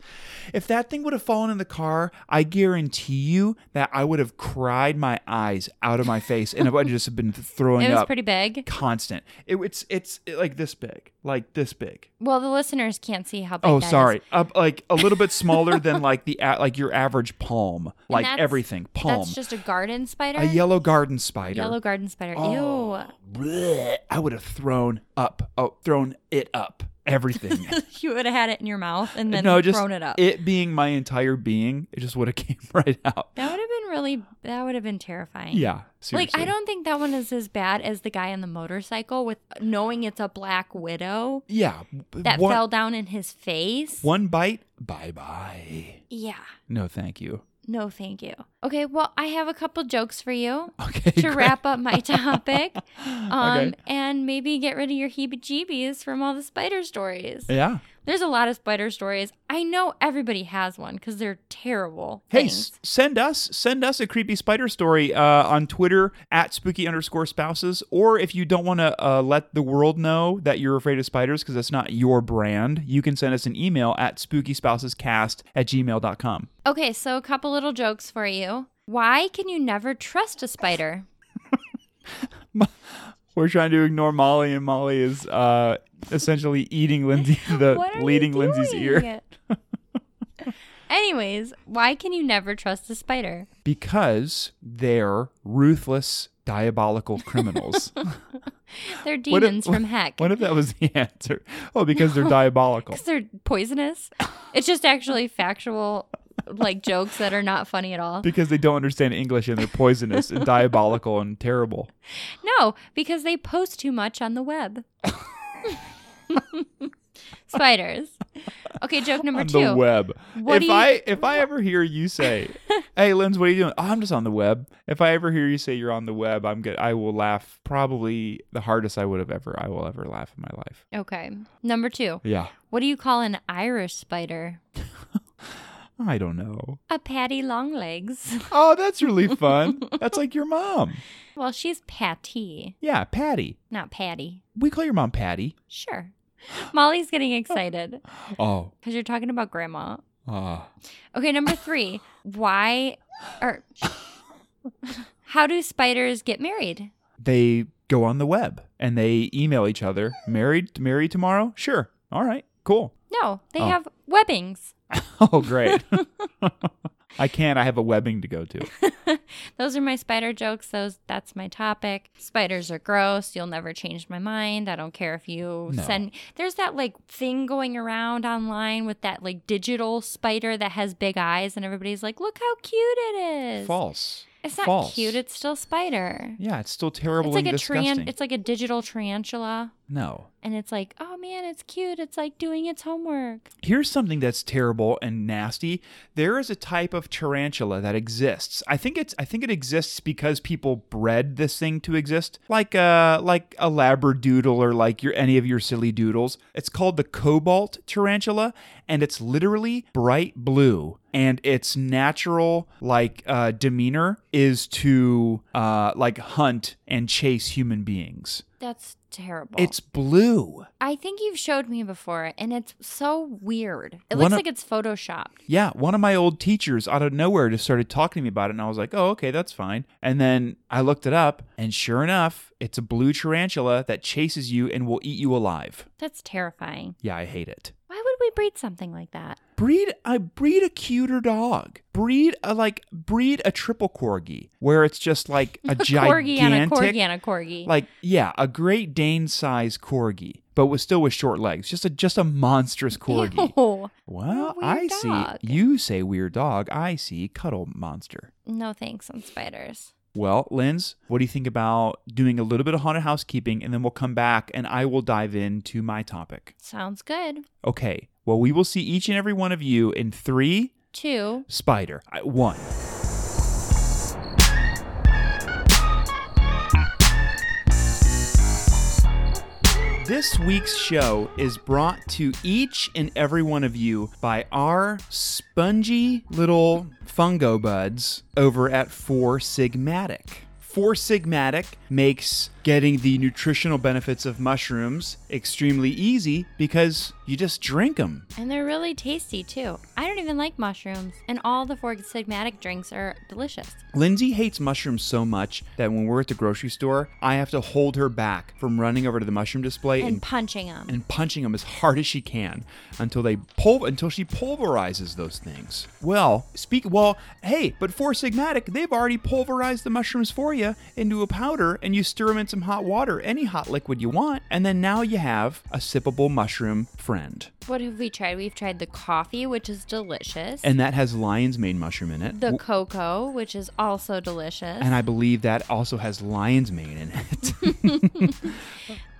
Speaker 1: If that thing would have fallen in the car, I guarantee you that I would have cried my eyes out of my face, and I would just have been throwing
Speaker 2: It was
Speaker 1: up.
Speaker 2: pretty big.
Speaker 1: constant. It, it's it's like this big, like this big.
Speaker 2: Well, the listeners can't see how big.
Speaker 1: Oh,
Speaker 2: that is.
Speaker 1: sorry. Up like a little bit smaller than like the a- like your average palm, like
Speaker 2: that's-
Speaker 1: everything palm.
Speaker 2: That's just a garden spider.
Speaker 1: a yellow garden spider.
Speaker 2: Yellow garden spider.
Speaker 1: Oh, bleh. I would have thrown up. Oh, thrown it up. Everything.
Speaker 2: Ew. you would have had it in your mouth and then
Speaker 1: no, just
Speaker 2: thrown it up.
Speaker 1: It being my entire being, it just would have came right out.
Speaker 2: that would have been really. That would have been terrifying.
Speaker 1: Yeah, seriously.
Speaker 2: Like I don't think that one is as bad as the guy on the motorcycle with knowing it's a black widow
Speaker 1: Yeah,
Speaker 2: that
Speaker 1: one,
Speaker 2: fell down in his face.
Speaker 1: One bite. Bye bye.
Speaker 2: Yeah.
Speaker 1: No, thank you.
Speaker 2: No, thank you. Okay, well, I have a couple jokes for you
Speaker 1: Okay.
Speaker 2: to
Speaker 1: great.
Speaker 2: wrap up my topic. Um,
Speaker 1: Okay.
Speaker 2: And maybe get rid of your heebie jeebies from all the spider stories.
Speaker 1: Yeah.
Speaker 2: There's a lot of spider stories. I know everybody has one because they're terrible.
Speaker 1: Hey,
Speaker 2: things.
Speaker 1: s- send us send us a creepy spider story uh, on Twitter at spooky underscore spouses, or if you don't want to uh, let the world know that you're afraid of spiders because that's not your brand, you can send us an email at spookyspousescast at gmail.com.
Speaker 2: Okay, so a couple little jokes for you. Why can you never trust a spider?
Speaker 1: We're trying to ignore Molly, and Molly is uh, essentially eating Lindsay, the
Speaker 2: What are you
Speaker 1: leading Lindsay's ear.
Speaker 2: doing? Anyways, why can you never trust a spider?
Speaker 1: Because they're ruthless, diabolical criminals. What
Speaker 2: They're
Speaker 1: if-
Speaker 2: demons from heck.
Speaker 1: What if that was the answer? Oh, because they're diabolical.
Speaker 2: because they're poisonous. It's just actually factual, like jokes that are not funny at all.
Speaker 1: because they don't understand English and they're poisonous and diabolical and terrible.
Speaker 2: No, because they post too much on the web. Spiders. Okay, joke number
Speaker 1: on
Speaker 2: two.
Speaker 1: the web.
Speaker 2: What
Speaker 1: if
Speaker 2: do you-
Speaker 1: I if I ever hear you say, "Hey, Linz, what are you doing?" Oh, I'm just on the web. If I ever hear you say you're on the web, I'm good. I will laugh probably the hardest I would have ever I will ever laugh in my life.
Speaker 2: Okay, number two.
Speaker 1: Yeah,
Speaker 2: What do you call an Irish spider?
Speaker 1: I don't know.
Speaker 2: A Patty Longlegs.
Speaker 1: Oh, that's really fun. that's like your mom.
Speaker 2: Well, she's Patty,
Speaker 1: Yeah, Patty.
Speaker 2: not Patty.
Speaker 1: We call your mom Patty.
Speaker 2: Sure. Molly's getting excited
Speaker 1: Oh,
Speaker 2: because you're talking about grandma.
Speaker 1: ah.
Speaker 2: Okay, number three. Why or how do spiders get married?
Speaker 1: they go on the web and they email each other. Married? Married tomorrow? Sure. All right. Cool.
Speaker 2: No, they
Speaker 1: Oh.
Speaker 2: have webbings.
Speaker 1: Oh, great. I can't. I have a webbing to go to.
Speaker 2: Those are my spider jokes. Those that's my topic. Spiders are gross. You'll never change my mind. I don't care if you
Speaker 1: No.
Speaker 2: send There's that like thing going around online with that like digital spider that has big eyes and everybody's like, "Look how cute it is."
Speaker 1: False.
Speaker 2: It's not
Speaker 1: False.
Speaker 2: cute. It's still spider.
Speaker 1: yeah, it's still terrible
Speaker 2: it's like
Speaker 1: and
Speaker 2: a
Speaker 1: disgusting.
Speaker 2: tran- it's like a digital tarantula
Speaker 1: no.
Speaker 2: and it's like, "Oh man, it's cute. It's like doing its homework."
Speaker 1: Here's something that's terrible and nasty. There is a type of tarantula that exists. I think it's I think it exists because people bred this thing to exist, like uh like a labradoodle or like your any of your silly doodles. It's called the cobalt tarantula, and it's literally bright blue. And its natural like uh, demeanor is to uh, like hunt and chase human beings.
Speaker 2: That's terrible.
Speaker 1: It's blue.
Speaker 2: I think you've showed me before, and it's so weird. It
Speaker 1: One
Speaker 2: looks
Speaker 1: of-
Speaker 2: like it's photoshopped.
Speaker 1: Yeah, one of my old teachers out of nowhere just started talking to me about it, and I was like, oh, okay, that's fine. And then I looked it up, and sure enough, it's a blue tarantula that chases you and will eat you alive.
Speaker 2: That's terrifying.
Speaker 1: Yeah, I hate it.
Speaker 2: Why would we breed something like that?
Speaker 1: Breed I breed a cuter dog. Breed a like breed a triple corgi where it's just like a,
Speaker 2: corgi
Speaker 1: gigantic
Speaker 2: and a corgi and a corgi.
Speaker 1: like yeah, a Great Dane size corgi, but with still with short legs. Just a just a monstrous corgi.
Speaker 2: Ew.
Speaker 1: Well,
Speaker 2: Weird
Speaker 1: I
Speaker 2: dog.
Speaker 1: see. You say weird dog. I see cuddle monster.
Speaker 2: No thanks on spiders.
Speaker 1: Well, Linz, what do you think about doing a little bit of haunted housekeeping and then we'll come back and I will dive into my topic?
Speaker 2: Sounds good.
Speaker 1: Okay. Well, we will see each and every one of you in three
Speaker 2: Two.
Speaker 1: spider. I- One. This week's show is brought to each and every one of you by our spongy little fungo buds over at Four Sigmatic. Four Sigmatic makes getting the nutritional benefits of mushrooms extremely easy because you just drink them.
Speaker 2: And they're really tasty too. I don't even like mushrooms, and all the four sigmatic drinks are delicious.
Speaker 1: Lindsay hates mushrooms so much that when we're at the grocery store, I have to hold her back from running over to the mushroom display
Speaker 2: And
Speaker 1: and
Speaker 2: punching them.
Speaker 1: and punching them as hard as she can until they pul- until she pulverizes those things. Well, speak well, hey, but for Sigmatic, they've already pulverized the mushrooms for you into a powder and you stir them in some hot water, any hot liquid you want, and then now you have a sippable mushroom friend.
Speaker 2: what have we tried? We've tried the coffee, which is delicious.
Speaker 1: And that has lion's mane mushroom in it.
Speaker 2: the cocoa, which is also delicious.
Speaker 1: and I believe that also has lion's mane in it.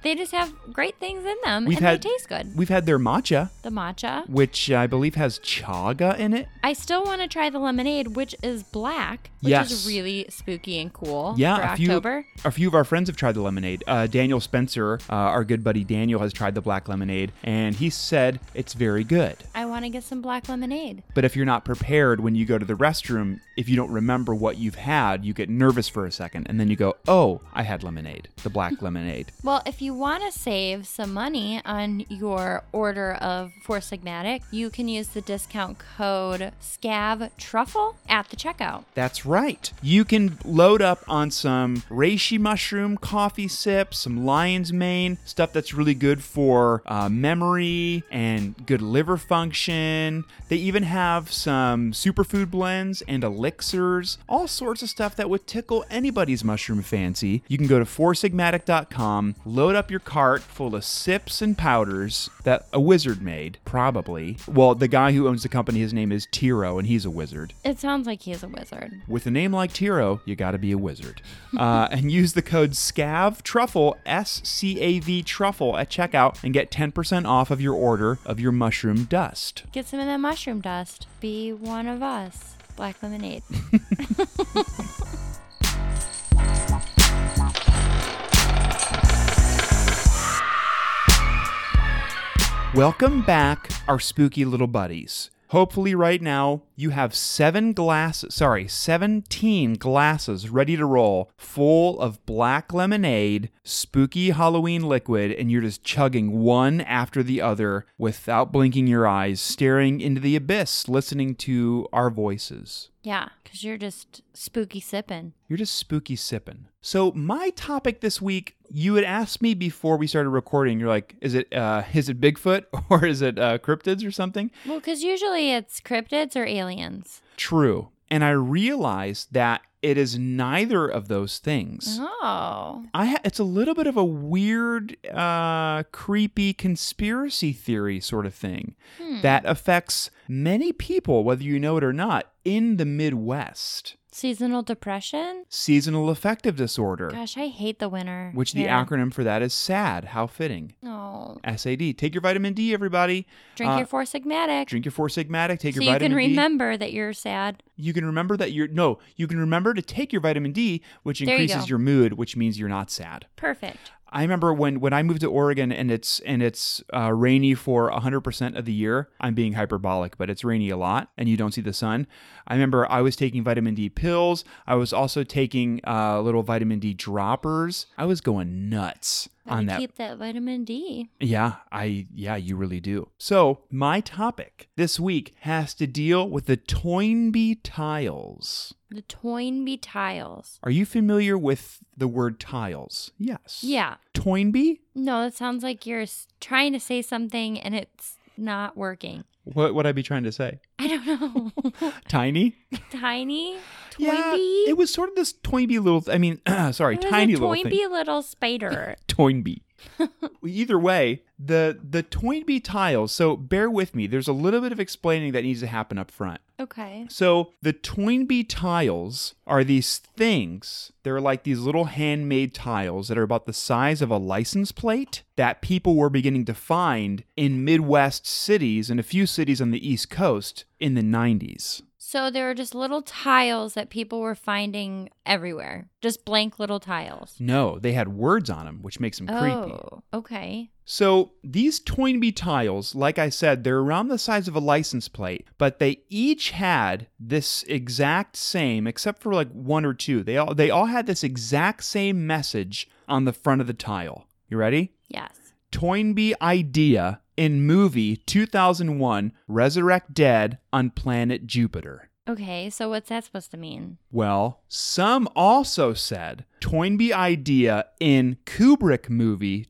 Speaker 2: They just have great things in them Mm, and they taste good.
Speaker 1: We've had their matcha,
Speaker 2: The matcha.
Speaker 1: which I believe has chaga in it.
Speaker 2: I still want to try the lemonade, which is black, which
Speaker 1: Yes.
Speaker 2: is really spooky and cool
Speaker 1: Yeah,
Speaker 2: for
Speaker 1: a few
Speaker 2: October.
Speaker 1: a few of our friends have tried the lemonade. Uh, Daniel Spencer, uh, our good buddy Daniel, has tried the black lemonade, and he said it's very good.
Speaker 2: I want to get some black lemonade.
Speaker 1: But if you're not prepared when you go to the restroom, if you don't remember what you've had, you get nervous for a second, and then you go, "Oh, I had lemonade, the black lemonade."
Speaker 2: Well, if you want to save some money on your order of Four Sigmatic, you can use the discount code SCAV Truffle at the checkout.
Speaker 1: That's right. You can load up on some reishi mushroom coffee sips, some lion's mane, stuff that's really good for uh, memory and good liver function. They even have some superfood blends and elixirs, all sorts of stuff that would tickle anybody's mushroom fancy. You can go to foursigmatic.com, load up your cart full of sips and powders that a wizard made, probably. Well, the guy who owns the company, his name is Tiro, and he's a wizard.
Speaker 2: It sounds like he's a wizard.
Speaker 1: With a name like Tiro, you got to be a wizard. Uh, and use the code SCAV Truffle, S C A V Truffle, at checkout and get 10% off of your order of your mushroom dust.
Speaker 2: Get some of that mushroom dust. Be one of us. Black lemonade.
Speaker 1: Welcome back, our spooky little buddies. Hopefully, right now, you have seven glass, sorry, 17 glasses ready to roll full of black lemonade, spooky Halloween liquid, and you're just chugging one after the other without blinking your eyes, staring into the abyss, listening to our voices.
Speaker 2: yeah, because you're just spooky sipping.
Speaker 1: You're just spooky sipping. So, my topic this week you had asked me before we started recording. You're like, is it uh, is it Bigfoot or is it uh, cryptids or something?
Speaker 2: Well, because usually it's cryptids or aliens.
Speaker 1: True. And I realized that it is neither of those things.
Speaker 2: Oh.
Speaker 1: I ha- it's a little bit of a weird, uh, creepy conspiracy theory sort of thing
Speaker 2: Hmm.
Speaker 1: that affects many people, whether you know it or not, in the Midwest.
Speaker 2: Seasonal depression?
Speaker 1: Seasonal affective disorder,
Speaker 2: Gosh, I hate the winter.
Speaker 1: which the acronym for that is SAD. How fitting.
Speaker 2: Oh.
Speaker 1: SAD. Take your vitamin D, everybody.
Speaker 2: Drink
Speaker 1: Uh,
Speaker 2: your four sigmatic.
Speaker 1: Drink your four sigmatic. Take
Speaker 2: so
Speaker 1: your
Speaker 2: you can
Speaker 1: vitamin D.
Speaker 2: remember that you're sad.
Speaker 1: You can remember that you're no. You can remember to take your vitamin D, which
Speaker 2: There you
Speaker 1: increases
Speaker 2: go.
Speaker 1: your mood, which means you're not sad.
Speaker 2: Perfect.
Speaker 1: I remember when when I moved to Oregon and it's and it's uh, rainy for 100% of the year. I'm being hyperbolic, but it's rainy a lot and you don't see the sun. I remember I was taking vitamin D pills. I was also taking uh, little vitamin D droppers. I was going nuts
Speaker 2: Gotta
Speaker 1: on that.
Speaker 2: Keep that vitamin D.
Speaker 1: Yeah, I yeah, you really do. So, my topic this week has to deal with the Toynbee tiles.
Speaker 2: The Toynbee tiles.
Speaker 1: Are you familiar with the word tiles? Yes.
Speaker 2: Yeah.
Speaker 1: Toynbee?
Speaker 2: No, that sounds like you're s- trying to say something and it's not working.
Speaker 1: What would I be trying to say?
Speaker 2: I don't know.
Speaker 1: Tiny?
Speaker 2: Tiny? Toynbee?
Speaker 1: Yeah, it was sort of this Toynbee little. Th- I mean, sorry,
Speaker 2: It was
Speaker 1: tiny
Speaker 2: a
Speaker 1: little
Speaker 2: Toynbee
Speaker 1: thing.
Speaker 2: little spider.
Speaker 1: Toynbee. Either way, the the Toynbee tiles. So bear with me. There's a little bit of explaining that needs to happen up front.
Speaker 2: okay.
Speaker 1: So the Toynbee tiles are these things. They're like these little handmade tiles that are about the size of a license plate that people were beginning to find in Midwest cities and a few cities on the East Coast in the 90s.
Speaker 2: So there were just little tiles that people were finding everywhere. Just blank little tiles.
Speaker 1: No, they had words on them, which makes them creepy.
Speaker 2: Oh, okay.
Speaker 1: So these Toynbee tiles, like I said, they're around the size of a license plate, but they each had this exact same, except for like one or two. They all they all had this exact same message on the front of the tile. You ready?
Speaker 2: Yes.
Speaker 1: Toynbee idea in movie 2001 Resurrect Dead on planet Jupiter.
Speaker 2: Okay, so what's that supposed to mean?
Speaker 1: Well, some also said Toynbee idea in Kubrick movie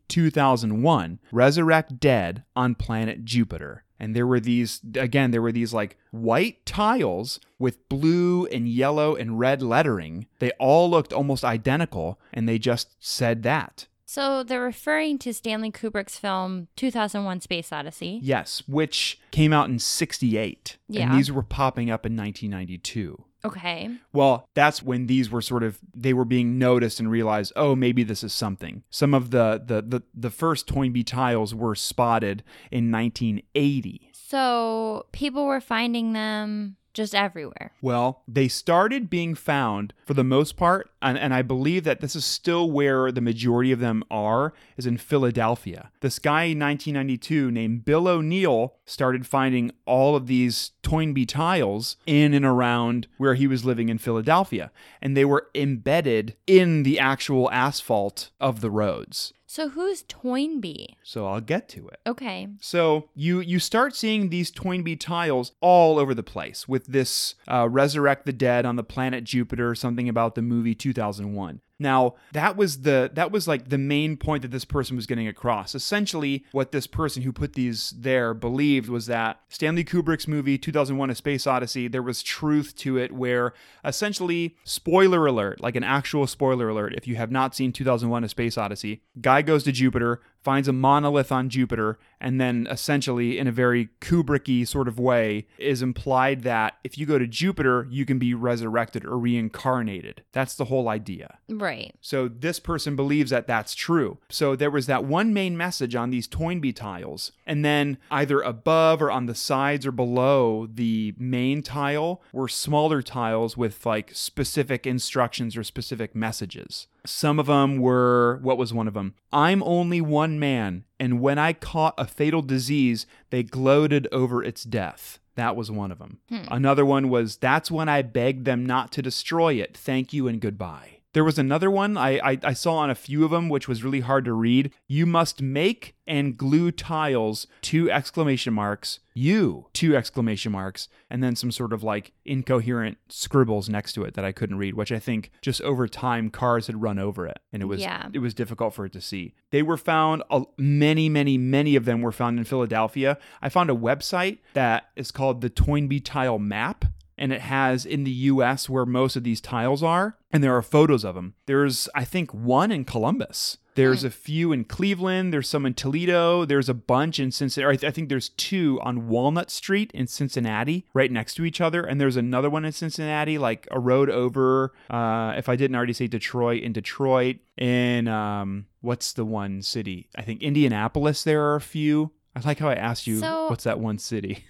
Speaker 1: 2001, Resurrect Dead on planet Jupiter. And there were these, again, there were these like white tiles with blue and yellow and red lettering. They all looked almost identical, and they just said that.
Speaker 2: So they're referring to Stanley Kubrick's film 2001 Space Odyssey.
Speaker 1: Yes, which came out in 68.
Speaker 2: Yeah.
Speaker 1: And these were popping up in 1992.
Speaker 2: Okay.
Speaker 1: Well, that's when these were sort of they were being noticed and realized, oh, maybe this is something. Some of the the the, the first Toynbee tiles were spotted in 1980.
Speaker 2: So people were finding them just everywhere.
Speaker 1: Well, they started being found for the most part, and, and I believe that this is still where the majority of them are, is in Philadelphia. This guy in 1992 named Bill O'Neill started finding all of these Toynbee tiles in and around where he was living in Philadelphia, and they were embedded in the actual asphalt of the roads.
Speaker 2: So who's Toynbee?
Speaker 1: So I'll get to it.
Speaker 2: Okay.
Speaker 1: So you you start seeing these Toynbee tiles all over the place with this uh, resurrect the dead on the planet Jupiter, something about the movie 2001. Now that was the that was like the main point that this person was getting across. Essentially, what this person who put these there believed was that Stanley Kubrick's movie 2001: A Space Odyssey there was truth to it. Where essentially, spoiler alert, like an actual spoiler alert, if you have not seen 2001: A Space Odyssey, guy goes to Jupiter, finds a monolith on Jupiter, and then essentially, in a very Kubricky sort of way, is implied that if you go to Jupiter, you can be resurrected or reincarnated. That's the whole idea.
Speaker 2: Right.
Speaker 1: So this person believes that that's true. So there was that one main message on these Toynbee tiles, and then either above or on the sides or below the main tile were smaller tiles with like specific instructions or specific messages. Some of them were what was one of them? I'm only one man, and when I caught a fatal disease, they gloated over its death. That was one of them. Another one was that's when I begged them not to destroy it. Thank you and goodbye. There was another one I, I, I saw on a few of them, which was really hard to read. You must make and glue tiles, two exclamation marks, you, two exclamation marks, and then some sort of like incoherent scribbles next to it that I couldn't read, which I think just over time cars had run over it and it was
Speaker 2: Yeah.
Speaker 1: it was difficult for it to see. They were found a, many, many, many of them were found in Philadelphia. I found a website that is called the Toynbee Tile Map, and it has in the U.S. where most of these tiles are, and there are photos of them. There's, I think, one in Columbus. There's a few in Cleveland. There's some in Toledo. There's a bunch in Cincinnati. or I, th- I think there's two on Walnut Street in Cincinnati, right next to each other. And there's another one in Cincinnati, like a road over. Uh, if I didn't already say Detroit, in Detroit, in um, what's the one city? I think Indianapolis. There are a few. I like how I asked you,
Speaker 2: So-
Speaker 1: what's that one city?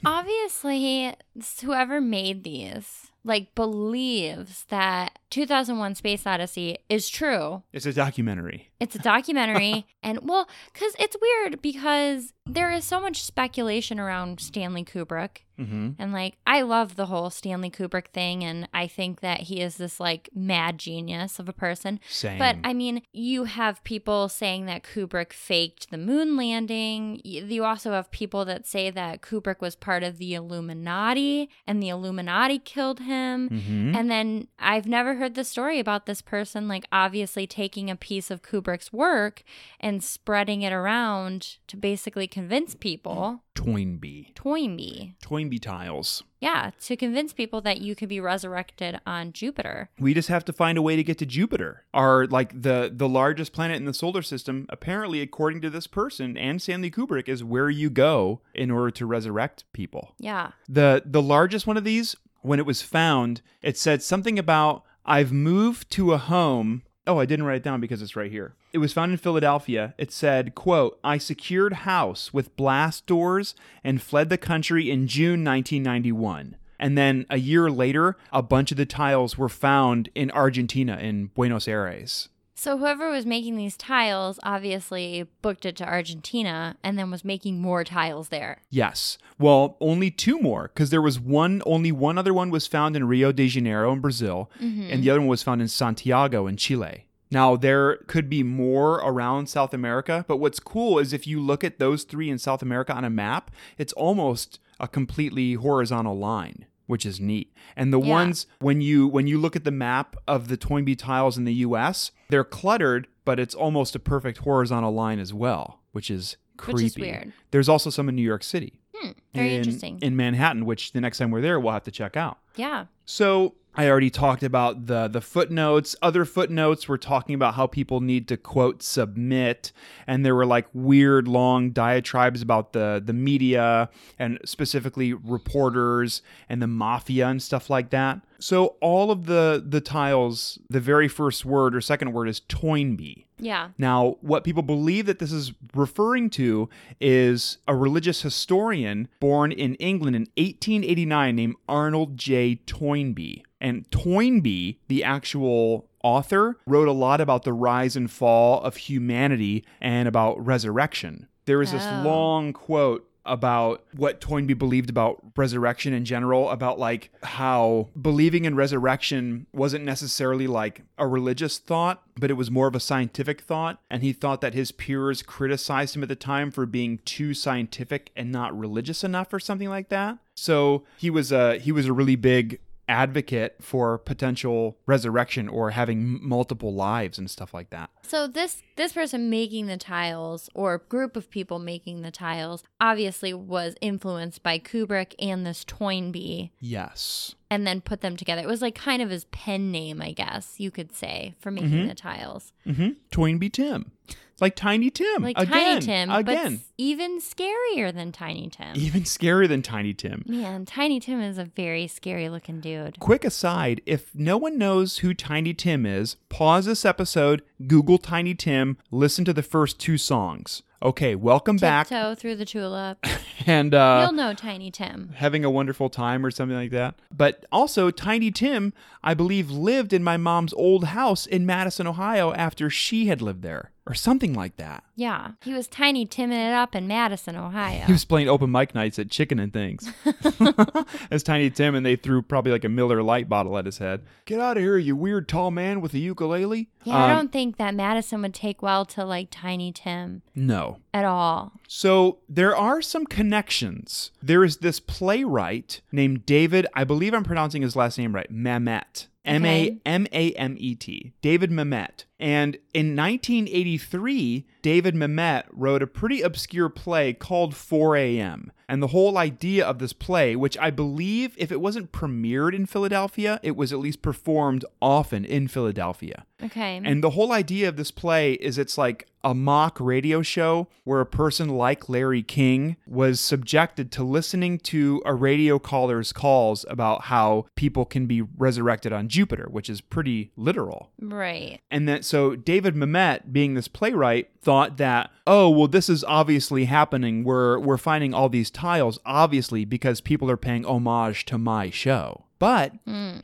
Speaker 2: Obviously, s- whoever made these like believes that 2001 Space Odyssey is true.
Speaker 1: It's a documentary.
Speaker 2: It's a documentary and well, cuz it's weird because there is so much speculation around Stanley Kubrick
Speaker 1: Mm-hmm.
Speaker 2: and like I love the whole Stanley Kubrick thing and I think that he is this like mad genius of a person.
Speaker 1: Same.
Speaker 2: But I mean, you have people saying that Kubrick faked the moon landing. Y- You also have people that say that Kubrick was part of the Illuminati and the Illuminati killed him.
Speaker 1: Mhm.
Speaker 2: And then I've never heard the story about this person, like, obviously taking a piece of Kubrick's work and spreading it around to basically convince
Speaker 1: Mm-hmm.
Speaker 2: people,
Speaker 1: Toynbee.
Speaker 2: Toynbee,
Speaker 1: Toynbee tiles.
Speaker 2: yeah, to convince people that you could be resurrected on Jupiter.
Speaker 1: We just have to find a way to get to Jupiter, our like the the largest planet in the solar system. Apparently, according to this person and Stanley Kubrick, is where you go in order to resurrect people.
Speaker 2: Yeah.
Speaker 1: The the largest one of these, when it was found, it said something about I've moved to a home. Oh, I didn't write it down because it's right here. It was found in Philadelphia. It said, quote, I secured house with blast doors and fled the country in June 1991. And then a year later, a bunch of the tiles were found in Argentina, in Buenos Aires.
Speaker 2: So whoever was making these tiles obviously booked it to Argentina and then was making more tiles there.
Speaker 1: Yes. Well, only two more because there was one, only one other one was found in Rio de Janeiro in Brazil, and the other one was found in Santiago in Chile. Now, there could be more around South America, but what's cool is if you look at those three in South America on a map, it's almost a completely horizontal line which is neat. And the
Speaker 2: Yeah.
Speaker 1: ones when you when you look at the map of the Toynbee tiles in the US, they're cluttered, but it's almost a perfect horizontal line as well, which is creepy.
Speaker 2: Which is weird. Hmm,
Speaker 1: There's also some in New York City.
Speaker 2: Very
Speaker 1: in-
Speaker 2: interesting.
Speaker 1: In Manhattan, which the next time we're there, we'll have to check out.
Speaker 2: yeah.
Speaker 1: So I already talked about the the footnotes. Other footnotes were talking about how people need to quote submit, and there were like weird long diatribes about the the media and specifically reporters and the mafia and stuff like that. So all of the the tiles, the very first word or second word is Toynbee.
Speaker 2: Yeah.
Speaker 1: Now, what people believe that this is referring to is a religious historian born in England in 1889 named Arnold J. Toynbee. And Toynbee, the actual author, wrote a lot about the rise and fall of humanity and about resurrection. There is this
Speaker 2: Oh.
Speaker 1: long quote about what Toynbee believed about resurrection in general, about like how believing in resurrection wasn't necessarily like a religious thought, but it was more of a scientific thought. And he thought that his peers criticized him at the time for being too scientific and not religious enough or something like that. So he was a he was a really big advocate for potential resurrection or having m- multiple lives and stuff like that.
Speaker 2: So this this person making the tiles or group of people making the tiles obviously was influenced by Kubrick and this Toynbee
Speaker 1: Yes.
Speaker 2: and then put them together. It was like kind of his pen name, I guess, you could say, for making the tiles.
Speaker 1: Mm-hmm. Toynbee Tim. It's like Tiny Tim.
Speaker 2: Like
Speaker 1: again,
Speaker 2: Tiny Tim, but
Speaker 1: Again.
Speaker 2: s- even scarier than Tiny Tim.
Speaker 1: Even scarier than Tiny Tim.
Speaker 2: Man, Tiny Tim is a very scary looking dude.
Speaker 1: Quick aside if no one knows who Tiny Tim is, pause this episode, Google Tiny Tim, listen to the first two songs. Okay, welcome back
Speaker 2: Tiptoe through the tulip.
Speaker 1: and uh,
Speaker 2: You'll know Tiny Tim.
Speaker 1: having a wonderful time or something like that. But also, Tiny Tim, I believe, lived in my mom's old house in Madison, Ohio after she had lived there or something like that.
Speaker 2: Yeah. He was tiny timming it up in Madison, Ohio.
Speaker 1: He was playing open mic nights at Chicken and Things. As Tiny Tim, and they threw probably like a Miller Light bottle at his head. Get out of here, you weird tall man with a ukulele. Um,
Speaker 2: yeah, I don't think that Madison would take well to like Tiny Tim
Speaker 1: No.
Speaker 2: at all.
Speaker 1: So there are some connections. There is this playwright named David, I believe I'm pronouncing his last name right, Mamet. M A M A M E T. David Mamet. And in 1983, David Mamet wrote a pretty obscure play called 4 AM. And the whole idea of this play, which I believe if it wasn't premiered in Philadelphia, it was at least performed often in Philadelphia.
Speaker 2: Okay.
Speaker 1: And the whole idea of this play is it's like a mock radio show where a person like Larry King was subjected to listening to a radio caller's calls about how people can be resurrected on Jupiter, which is pretty literal.
Speaker 2: right.
Speaker 1: And then, so David Mamet, being this playwright, thought that, oh, well, this is obviously happening. We're, we're finding all these tiles, obviously, because people are paying homage to my show. But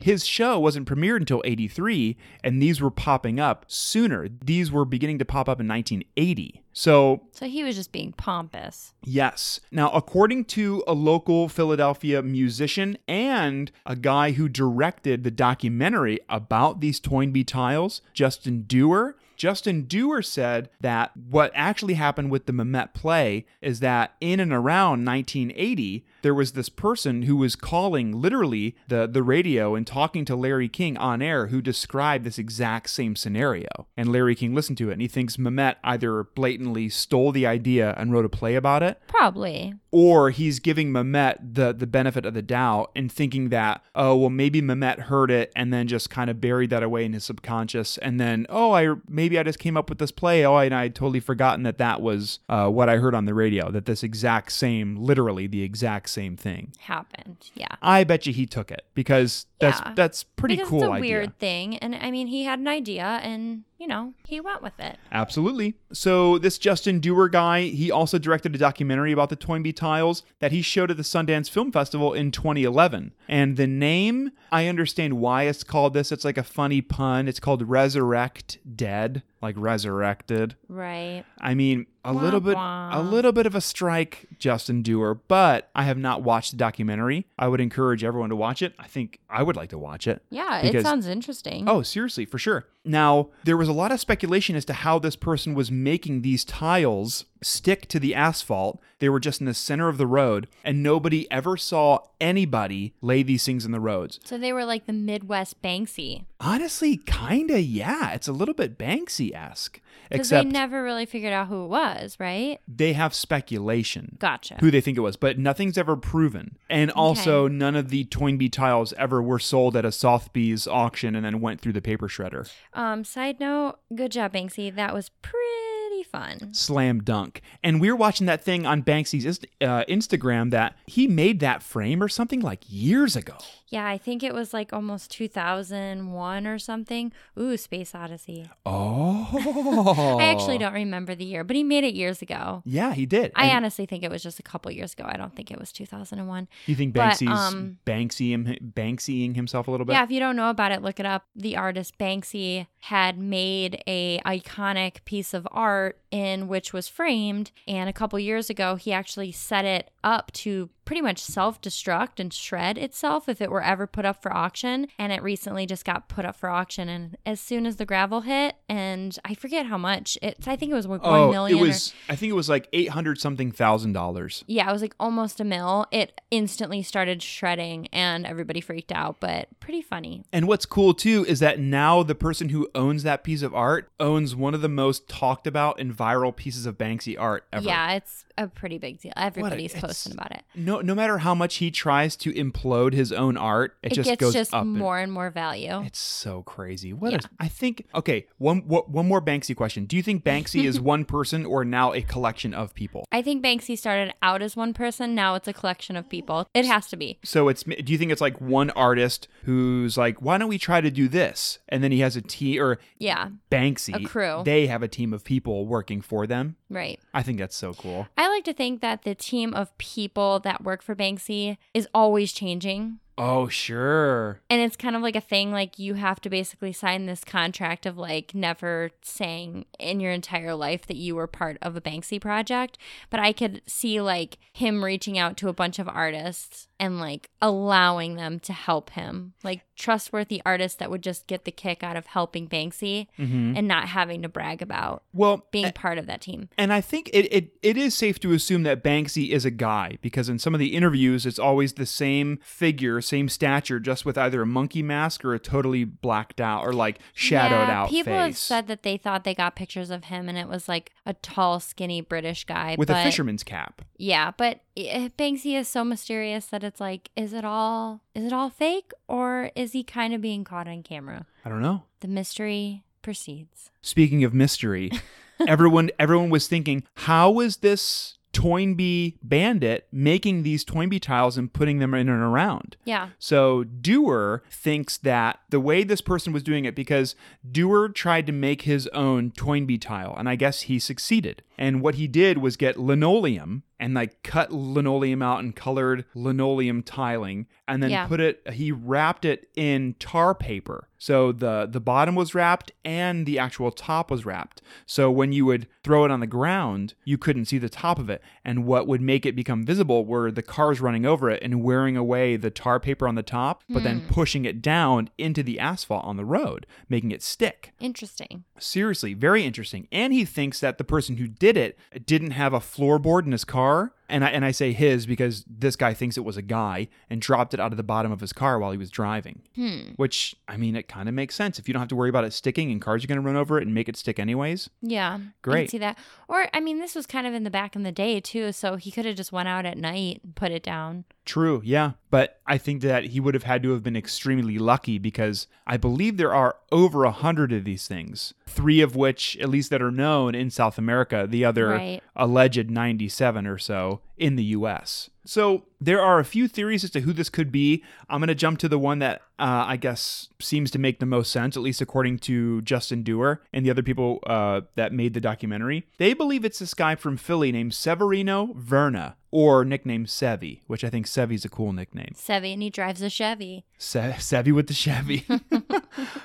Speaker 1: his show wasn't premiered until 83, and these were popping up sooner. These were beginning to pop up in 1980. So
Speaker 2: So he was just being pompous.
Speaker 1: Yes. Now, according to a local Philadelphia musician and a guy who directed the documentary about these Toynbee tiles, Justin Dewar, Justin Dewar said that what actually happened with the Mamet play is that in and around 1980, there was this person who was calling literally the, the radio and talking to Larry King on air who described this exact same scenario. And Larry King listened to it and he thinks Mamet either blatantly stole the idea and wrote a play about it
Speaker 2: Probably.
Speaker 1: or he's giving Mamet the the benefit of the doubt and thinking that oh well maybe Mamet heard it and then just kind of buried that away in his subconscious and then oh I maybe I just came up with this play oh and I had totally forgotten that that was uh, what I heard on the radio that this exact same literally the exact same thing
Speaker 2: Happened. Yeah.
Speaker 1: I bet you he took it because that's
Speaker 2: Yeah.
Speaker 1: that's pretty
Speaker 2: because
Speaker 1: cool
Speaker 2: it's a
Speaker 1: idea.
Speaker 2: weird thing. And I mean, he had an idea and, you know, he went with it.
Speaker 1: Absolutely. So this Justin Dewar guy, he also directed a documentary about the Toynbee tiles that he showed at the Sundance Film Festival in 2011. And the name, I understand why it's called this. It's like a funny pun. It's called Resurrect Dead, like resurrected.
Speaker 2: Right.
Speaker 1: I mean, a
Speaker 2: Wah,
Speaker 1: little bit
Speaker 2: wah.
Speaker 1: a little bit of a strike Justin Dewar, but I have not watched the documentary. I would encourage everyone to watch it. I think I would like to watch it.
Speaker 2: Yeah. it
Speaker 1: Because-
Speaker 2: sounds interesting.
Speaker 1: Oh, seriously, for sure. Now, there was a lot of speculation as to how this person was making these tiles stick to the asphalt. They were just in the center of the road, and nobody ever saw anybody lay these things in the roads.
Speaker 2: So they were like the Midwest Banksy.
Speaker 1: Honestly, kinda, yeah. It's a little bit Banksy esque,
Speaker 2: Because they
Speaker 1: except they,
Speaker 2: never really figured out who it was, right?
Speaker 1: have speculation.
Speaker 2: Gotcha.
Speaker 1: Who they think it was, but nothing's ever proven. And also, none of the Toynbee tiles ever were sold at a Sotheby's auction and then went through the paper shredder.
Speaker 2: Um, side note, good job, Banksy. That was pretty fun.
Speaker 1: slam dunk. And we were watching that thing on Banksy's inst- uh, Instagram that he made that frame or something like years ago.
Speaker 2: Yeah, I think it was like almost 2001 or something. Ooh, Space Odyssey.
Speaker 1: Oh.
Speaker 2: I actually don't remember the year, but he made it years ago.
Speaker 1: Yeah, he did.
Speaker 2: I
Speaker 1: And
Speaker 2: honestly think it was just a couple years ago. I don't think it was 2001.
Speaker 1: You think
Speaker 2: but,
Speaker 1: Banksy's
Speaker 2: um,
Speaker 1: Banksy him, Banksying himself a little bit?
Speaker 2: yeah, if you don't know about it, look it up. The artist Banksy had made a iconic piece of art in which was framed, and a couple years ago he actually set it up to pretty much self-destruct and shred itself if it were ever put up for auction, and it recently just got put up for auction and as soon as the gravel hit and I forget how much. It's I think it was like 1
Speaker 1: Oh,
Speaker 2: million
Speaker 1: it
Speaker 2: or-
Speaker 1: was. I think it was like eight hundred something thousand dollars.
Speaker 2: yeah, it was like almost a mill. It instantly started shredding and everybody freaked out, but pretty funny.
Speaker 1: And what's cool too is that now the person who owns that piece of art owns one of the most talked about and viral pieces of Banksy art ever.
Speaker 2: Yeah, it's a pretty big deal. Everybody's
Speaker 1: it's-
Speaker 2: posting about it.
Speaker 1: No, no matter how much he tries to implode his own art, it,
Speaker 2: It,
Speaker 1: just
Speaker 2: gets
Speaker 1: goes
Speaker 2: just
Speaker 1: up and-
Speaker 2: more and more value.
Speaker 1: It's so crazy. What a- I think. Okay, one wh- one more Banksy question. Do you think Banksy is one person or now a collection of people?
Speaker 2: I think Banksy started out as one person. Now it's a collection of people. It has to be.
Speaker 1: So it's. Do you think it's like one artist who's like, why don't we try to do this? And then he has a team or
Speaker 2: Yeah,
Speaker 1: Banksy.
Speaker 2: A crew.
Speaker 1: They have a team of people working for them.
Speaker 2: right.
Speaker 1: I think that's so cool.
Speaker 2: I like to think that the team of people that work for Banksy is always changing.
Speaker 1: Oh, sure.
Speaker 2: And it's kind of like a thing, like you have to basically sign this contract of like never saying in your entire life that you were part of a Banksy project. But I could see like him reaching out to a bunch of artists and like allowing them to help him, like trustworthy artists that would just get the kick out of helping Banksy
Speaker 1: Mm-hmm. Eh.
Speaker 2: and not having to brag about
Speaker 1: Well,
Speaker 2: being
Speaker 1: a-
Speaker 2: part of that team.
Speaker 1: and I think it, it it is safe to assume that Banksy is a guy because in some of the interviews, it's always the same figure, same stature, just with either a monkey mask or a totally blacked out or like shadowed
Speaker 2: Yeah,
Speaker 1: out
Speaker 2: People
Speaker 1: face
Speaker 2: have said that they thought they got pictures of him and it was like a tall, skinny British guy
Speaker 1: with
Speaker 2: but-
Speaker 1: a fisherman's cap.
Speaker 2: Yeah, but i- Banksy is so mysterious that it's like, is it all is it all fake or is he kind of being caught on camera?
Speaker 1: I don't know.
Speaker 2: The mystery proceeds.
Speaker 1: Speaking of mystery, everyone everyone was thinking, how is this Toynbee bandit making these Toynbee tiles and putting them in and around?
Speaker 2: Yeah.
Speaker 1: So Dewar thinks that the way this person was doing it, because Dewar tried to make his own Toynbee tile, and I guess he succeeded. And what he did was get linoleum and like cut linoleum out and colored linoleum tiling, and then
Speaker 2: Yeah.
Speaker 1: put it. He wrapped it in tar paper, so the the bottom was wrapped and the actual top was wrapped. So when you would throw it on the ground, you couldn't see the top of it. And what would make it become visible were the cars running over it and wearing away the tar paper on the top, but then pushing it down into the asphalt on the road, making it stick.
Speaker 2: Interesting.
Speaker 1: Seriously, very interesting. And he thinks that the person who did it didn't have a floorboard in his car. And I, and I say his because this guy thinks it was a guy and dropped it out of the bottom of his car while he was driving.
Speaker 2: Hmm.
Speaker 1: Which, I mean, it kind of makes sense. If you don't have to worry about it sticking and cars are going to run over it and make it stick anyways.
Speaker 2: Yeah. I can
Speaker 1: Great.
Speaker 2: see that. Or I mean, this was kind of in the back in the day too, so he could have just went out at night and put it down.
Speaker 1: True, yeah. But I think that he would have had to have been extremely lucky because I believe there are over a hundred of these things, three of which, at least that are known in South America, the other
Speaker 2: Right.
Speaker 1: alleged 97 or so in the US. So there are a few theories as to who this could be. I'm going to jump to the one that uh, I guess seems to make the most sense, at least according to Justin Dewar and the other people uh, that made the documentary. They believe it's this guy from Philly named Severino Verna, or nicknamed Sevi, which I think Sevi's a cool nickname.
Speaker 2: Sevi and he drives a Chevy.
Speaker 1: Se- Sevi with the Chevy.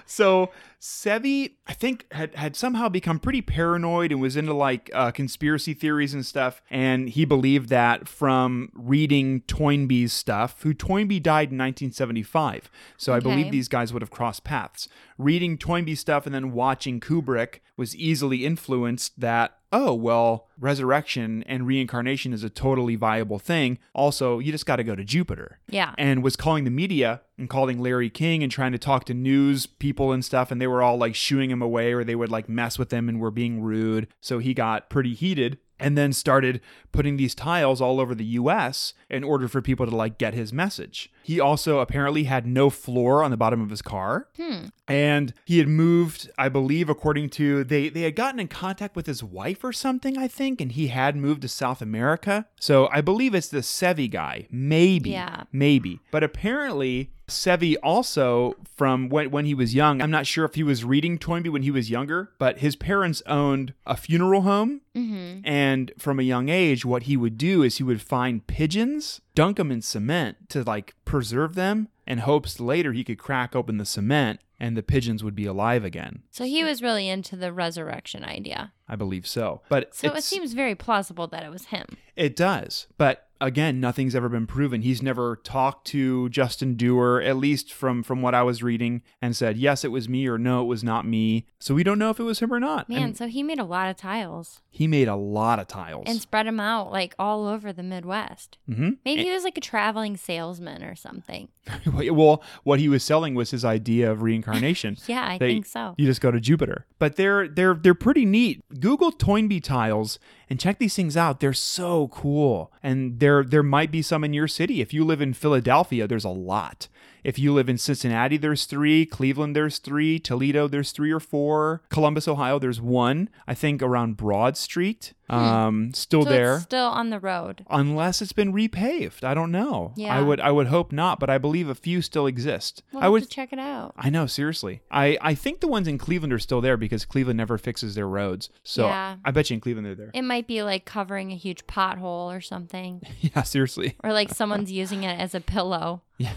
Speaker 1: so Sevi, I think, had, had somehow become pretty paranoid and was into like uh, conspiracy theories and stuff. And he believed that from reading Toynbee's stuff, who Toynbee died in 1975. So I believe
Speaker 2: Okay.
Speaker 1: these guys would have crossed paths. Reading Toynbee stuff and then watching Kubrick was easily influenced that, oh, well, resurrection and reincarnation is a totally viable thing. Also, you just got to go to Jupiter
Speaker 2: Yeah.
Speaker 1: and was calling the media and calling Larry King and trying to talk to news people and stuff. And they were all like shooing him away or they would like mess with him and were being rude. So he got pretty heated and then started putting these tiles all over the US in order for people to like get his message. He also apparently had no floor on the bottom of his car
Speaker 2: Hmm.
Speaker 1: and he had moved i believe according to they they had gotten in contact with his wife or something i think and he had moved to south america so i believe it's the sevi guy maybe
Speaker 2: Yeah.
Speaker 1: maybe but apparently sevi also from when, when he was young i'm not sure if he was reading toynbee when he was younger but his parents owned a funeral home
Speaker 2: Mm-hmm.
Speaker 1: and from a young age, what he would do is he would find pigeons, dunk them in cement to like preserve them, and hopes later he could crack open the cement and the pigeons would be alive again.
Speaker 2: So he was really into the resurrection idea.
Speaker 1: I believe so. But
Speaker 2: So it
Speaker 1: it's-
Speaker 2: seems very plausible that it was him.
Speaker 1: it does. But again, nothing's ever been proven. He's never talked to Justin Dewar, at least from from what I was reading, and said yes, it was me or no, it was not me. So we don't know if it was him or not.
Speaker 2: Man,
Speaker 1: And
Speaker 2: so he made a lot of tiles.
Speaker 1: he made a lot of tiles.
Speaker 2: and spread them out like all over the Midwest.
Speaker 1: mm-hmm.
Speaker 2: Maybe he was like a traveling salesman or something.
Speaker 1: well, what he was selling was his idea of reincarnation.
Speaker 2: Yeah, I
Speaker 1: They-
Speaker 2: think so.
Speaker 1: You just go to Jupiter. But they're they're they're pretty neat. Google Toynbee tiles and check these things out. They're so cool. And there there might be some in your city. If you live in Philadelphia, there's a lot. If you live in Cincinnati, there's three. Cleveland, there's three. Toledo, there's three or four. Columbus, Ohio, there's one. I think around Broad Street. Um, still
Speaker 2: Hmm. So it's
Speaker 1: there
Speaker 2: still on the road.
Speaker 1: unless it's been repaved. I don't know.
Speaker 2: Yeah.
Speaker 1: I would I would hope not, but I believe a few still exist.
Speaker 2: We'll
Speaker 1: I
Speaker 2: have
Speaker 1: would
Speaker 2: to check it out.
Speaker 1: I know, seriously. I, I think the ones in Cleveland are still there because Cleveland never fixes their roads. So
Speaker 2: Yeah.
Speaker 1: I bet you in Cleveland they're there.
Speaker 2: It might be like covering a huge pothole or something,
Speaker 1: yeah, seriously.
Speaker 2: or like someone's using it as a pillow.
Speaker 1: Yeah.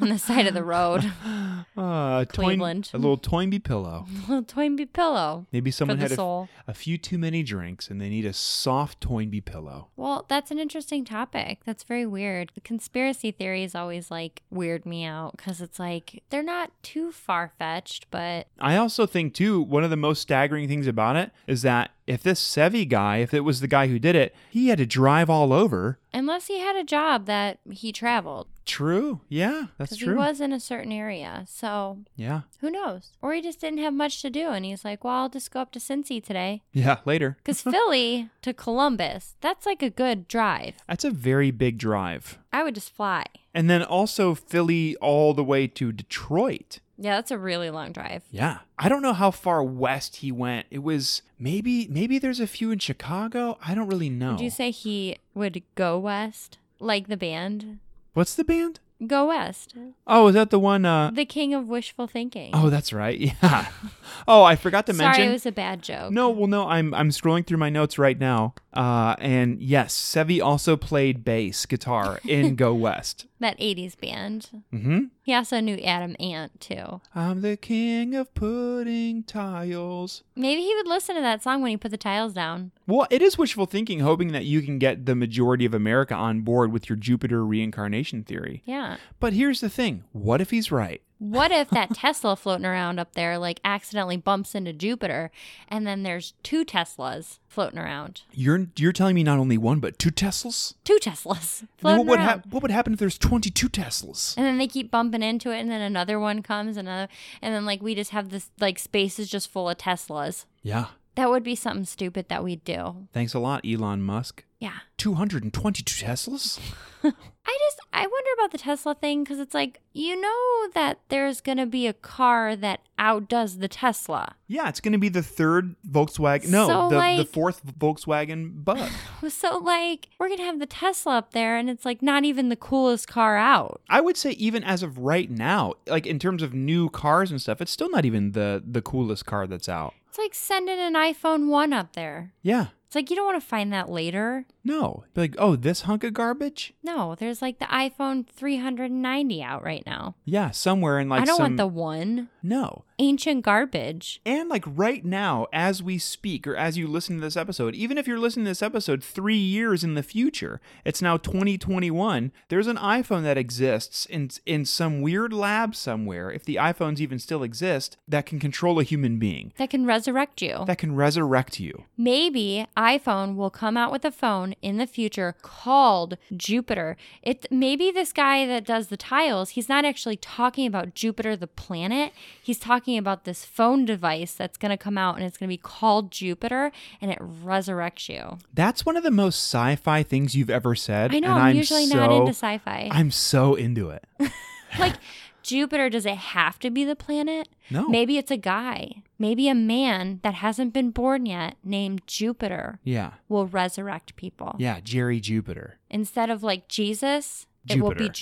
Speaker 2: on the side of the road.
Speaker 1: Uh,
Speaker 2: Cleveland.
Speaker 1: Toyn- a little Toynbee pillow.
Speaker 2: little Toynbee pillow.
Speaker 1: Maybe someone
Speaker 2: the
Speaker 1: had a, f-
Speaker 2: soul.
Speaker 1: a few too many drinks and they need a soft Toynbee pillow.
Speaker 2: Well, that's an interesting topic. That's very weird. The conspiracy theories always like weird me out because it's like they're not too far fetched, but
Speaker 1: I also think too one of the most staggering things about it is that if this Sevi guy, if it was the guy who did it, he had to drive all over.
Speaker 2: unless he had a job that he traveled
Speaker 1: True. Yeah, that's
Speaker 2: because
Speaker 1: true.
Speaker 2: he was in a certain area. So
Speaker 1: yeah.
Speaker 2: who knows? Or he just didn't have much to do and he's like, well, I'll just go up to Cincy today.
Speaker 1: Yeah, later.
Speaker 2: Because Philly to Columbus, that's like a good drive.
Speaker 1: That's a very big drive.
Speaker 2: I would just fly.
Speaker 1: And then also Philly all the way to Detroit.
Speaker 2: Yeah, that's a really long drive.
Speaker 1: Yeah. I don't know how far west he went. It was maybe maybe there's a few in Chicago. I don't really know.
Speaker 2: Would you say he would go west like the band?
Speaker 1: What's the band?
Speaker 2: Go west.
Speaker 1: Oh, is that the one uh
Speaker 2: the king of wishful thinking.
Speaker 1: Oh, that's right. Yeah. Oh, I forgot to
Speaker 2: Sorry,
Speaker 1: mention
Speaker 2: it was a bad joke.
Speaker 1: No, well no, I'm I'm scrolling through my notes right now. Uh and yes, Sevi also played bass guitar in Go West.
Speaker 2: That 80s band.
Speaker 1: Mhm.
Speaker 2: He also knew Adam Ant, too.
Speaker 1: I'm the king of putting tiles.
Speaker 2: Maybe he would listen to that song when he put the tiles down.
Speaker 1: Well, it is wishful thinking, hoping that you can get the majority of America on board with your Jupiter reincarnation theory.
Speaker 2: Yeah.
Speaker 1: But here's the thing what if he's right?
Speaker 2: What if that Tesla floating around up there, like, accidentally bumps into Jupiter, and then there's two Teslas floating around?
Speaker 1: You're, you're telling me not only one, but two Teslas?
Speaker 2: Two Teslas
Speaker 1: Then
Speaker 2: floating
Speaker 1: what, would
Speaker 2: around.
Speaker 1: hap- what would happen if there's 22 Teslas?
Speaker 2: and then they keep bumping into it, and then another one comes, and another, and then like we just have this like space is just full of Teslas.
Speaker 1: Yeah.
Speaker 2: That would be something stupid that we'd do.
Speaker 1: Thanks a lot, Elon Musk.
Speaker 2: Yeah.
Speaker 1: 222 Teslas?
Speaker 2: I just I wonder about the Tesla thing because it's like you know that there's gonna be a car that outdoes the Tesla.
Speaker 1: Yeah, it's going to be the third Volkswagen. No,
Speaker 2: So,
Speaker 1: the, the
Speaker 2: like-
Speaker 1: fourth Volkswagen Bug.
Speaker 2: So like we're gonna have the Tesla up there, and it's like not even the coolest car out.
Speaker 1: I would say even as of right now, like in terms of new cars and stuff, it's still not even the the coolest car that's out.
Speaker 2: It's like sending an iPhone one up there.
Speaker 1: Yeah.
Speaker 2: It's like you don't want to find that later.
Speaker 1: No. Be like, oh, this hunk of garbage?
Speaker 2: No, there's like the iPhone 390 out right now.
Speaker 1: Yeah, somewhere in like
Speaker 2: I don't
Speaker 1: some
Speaker 2: want the one
Speaker 1: No.
Speaker 2: ancient garbage.
Speaker 1: And like right now, as we speak, or as you listen to this episode, even if you're listening to this episode three years in the future, it's now 2021. There's an iPhone that exists in in some weird lab somewhere, if the iPhones even still exist, that can control a human being,
Speaker 2: That can resurrect you.
Speaker 1: that can resurrect you.
Speaker 2: Maybe iPhone will come out with a phone in the future called Jupiter. It maybe this guy that does the tiles, he's not actually talking about Jupiter the planet. He's talking about this phone device that's going to come out and it's going to be called Jupiter and it resurrects you.
Speaker 1: That's one of the most sci-fi things you've ever said.
Speaker 2: I know
Speaker 1: and
Speaker 2: I'm, usually not
Speaker 1: so-
Speaker 2: into sci-fi.
Speaker 1: I'm so into it.
Speaker 2: like Jupiter does it have to be the planet?
Speaker 1: No.
Speaker 2: Maybe it's a guy. Maybe a man that hasn't been born yet named Jupiter
Speaker 1: Yeah.
Speaker 2: will resurrect people.
Speaker 1: Yeah, Jerry Jupiter.
Speaker 2: instead of like Jesus, it will be
Speaker 1: Jupiter.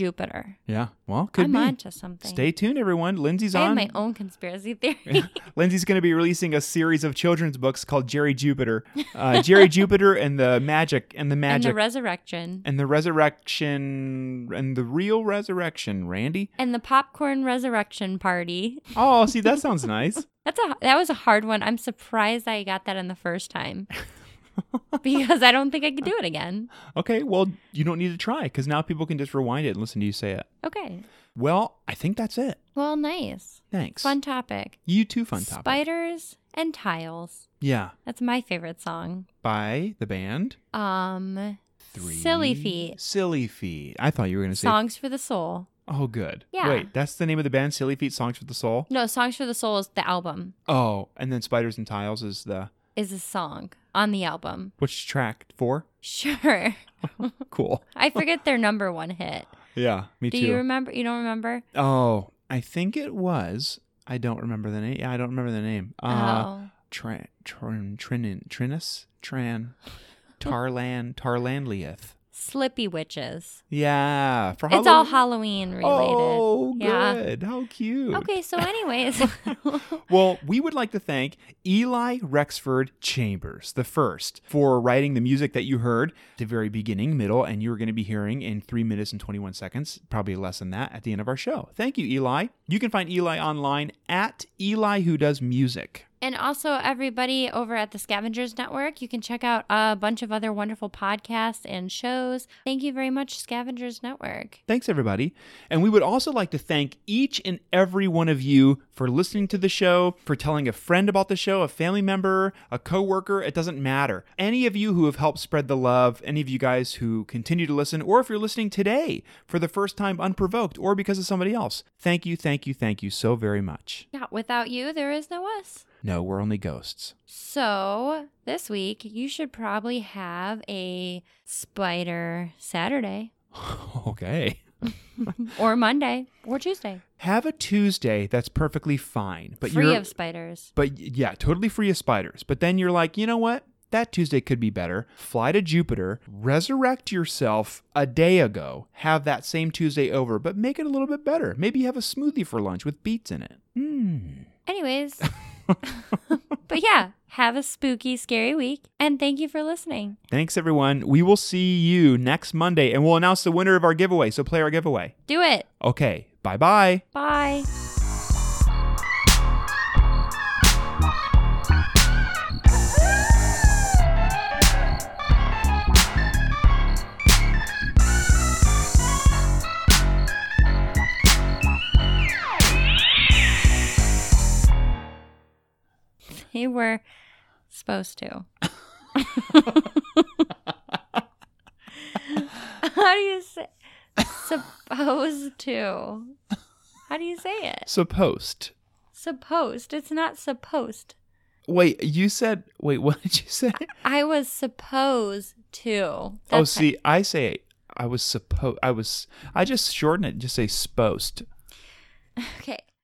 Speaker 2: Jupiter.
Speaker 1: Yeah. Well, could
Speaker 2: I'm
Speaker 1: be.
Speaker 2: onto something.
Speaker 1: Stay tuned, everyone. Lindsay's
Speaker 2: I have
Speaker 1: on.
Speaker 2: my own conspiracy theory.
Speaker 1: Lindsay's going to be releasing a series of children's books called Jerry Jupiter, uh, Jerry Jupiter and the Magic and the
Speaker 2: And
Speaker 1: Magic
Speaker 2: the resurrection.
Speaker 1: and the Resurrection and the Real Resurrection. Randy.
Speaker 2: And the popcorn resurrection party.
Speaker 1: Oh, see, that sounds nice.
Speaker 2: That's a that was a hard one. I'm surprised I got that on the first time. because I don't think I could do it again.
Speaker 1: Okay, well, you don't need to try because now people can just rewind it and listen to you say it.
Speaker 2: Okay.
Speaker 1: Well, I think that's it.
Speaker 2: Well, nice.
Speaker 1: Thanks.
Speaker 2: Fun topic.
Speaker 1: You too, fun topic.
Speaker 2: Spiders and tiles.
Speaker 1: yeah,
Speaker 2: That's my favorite song.
Speaker 1: by the band.
Speaker 2: Um
Speaker 1: Three.
Speaker 2: Silly Feet.
Speaker 1: Silly feet. I thought you were going to say.
Speaker 2: Songs for the Soul.
Speaker 1: Oh, good.
Speaker 2: Yeah.
Speaker 1: Wait, that's the name of the band. Silly feet. Songs for the soul.
Speaker 2: No, Songs for the Soul is the album.
Speaker 1: Oh, and then spiders and tiles is the
Speaker 2: is a song on the album.
Speaker 1: Which track? Four?
Speaker 2: Sure.
Speaker 1: Cool.
Speaker 2: I forget their number one hit.
Speaker 1: Yeah, me
Speaker 2: Do
Speaker 1: too.
Speaker 2: you remember? You don't remember?
Speaker 1: oh, I think it was. I don't remember the name. Yeah, I don't remember the name. Uh,
Speaker 2: oh.
Speaker 1: Tran, Tran, Trinin, Trinus, Tran, Tarlan, Tarlanlieth.
Speaker 2: Slippy Witches.
Speaker 1: Yeah. For
Speaker 2: It's all Halloween related.
Speaker 1: Oh,
Speaker 2: Yeah.
Speaker 1: good. How cute.
Speaker 2: Okay, so anyways,
Speaker 1: Well, we would like to thank Eli Rexford Chambers, the first, for writing the music that you heard at the very beginning, middle, and you're going to be hearing in three minutes and 21 seconds, probably less than that, at the end of our show. Thank you, Eli. You can find Eli online at Eli Who Does Music.
Speaker 2: and also everybody over at the Scavengers Network, you can check out a bunch of other wonderful podcasts and shows. Thank you very much, Scavengers Network.
Speaker 1: Thanks, everybody. And we would also like to thank each and every one of you for listening to the show, for telling a friend about the show, a family member, a coworker. It doesn't matter. Any of you who have helped spread the love, any of you guys who continue to listen, or if you're listening today for the first time unprovoked or because of somebody else, thank you, thank you, thank you so very much.
Speaker 2: Yeah, without you, there is no us.
Speaker 1: No, we're only ghosts.
Speaker 2: So this week, you should probably have a Spider Saturday
Speaker 1: okay.
Speaker 2: or Monday or Tuesday,
Speaker 1: Have a Tuesday that's perfectly fine, but
Speaker 2: free
Speaker 1: you're
Speaker 2: of spiders.
Speaker 1: But y- yeah, totally free of spiders. But then you're like, you know what? That Tuesday could be better. Fly to Jupiter, resurrect yourself a day ago, have that same Tuesday over, but make it a little bit better. Maybe you have a smoothie for lunch with beets in it. Mm.
Speaker 2: Anyways, but yeah, have a spooky, scary week. And thank you for listening.
Speaker 1: Thanks, everyone. We will see you next Monday and we'll announce the winner of our giveaway. So play our giveaway.
Speaker 2: Do it.
Speaker 1: Okay, bye bye.
Speaker 2: Bye. They were supposed to. How do you say supposed to? How do you say it?
Speaker 1: Supposed.
Speaker 2: Supposed. It's not supposed.
Speaker 1: Wait, you said, wait, what did you say?
Speaker 2: I was supposed to.
Speaker 1: oh,
Speaker 2: That's-
Speaker 1: see, I say I was supposed. I was. I just shorten it. And just say "spost."
Speaker 2: Okay.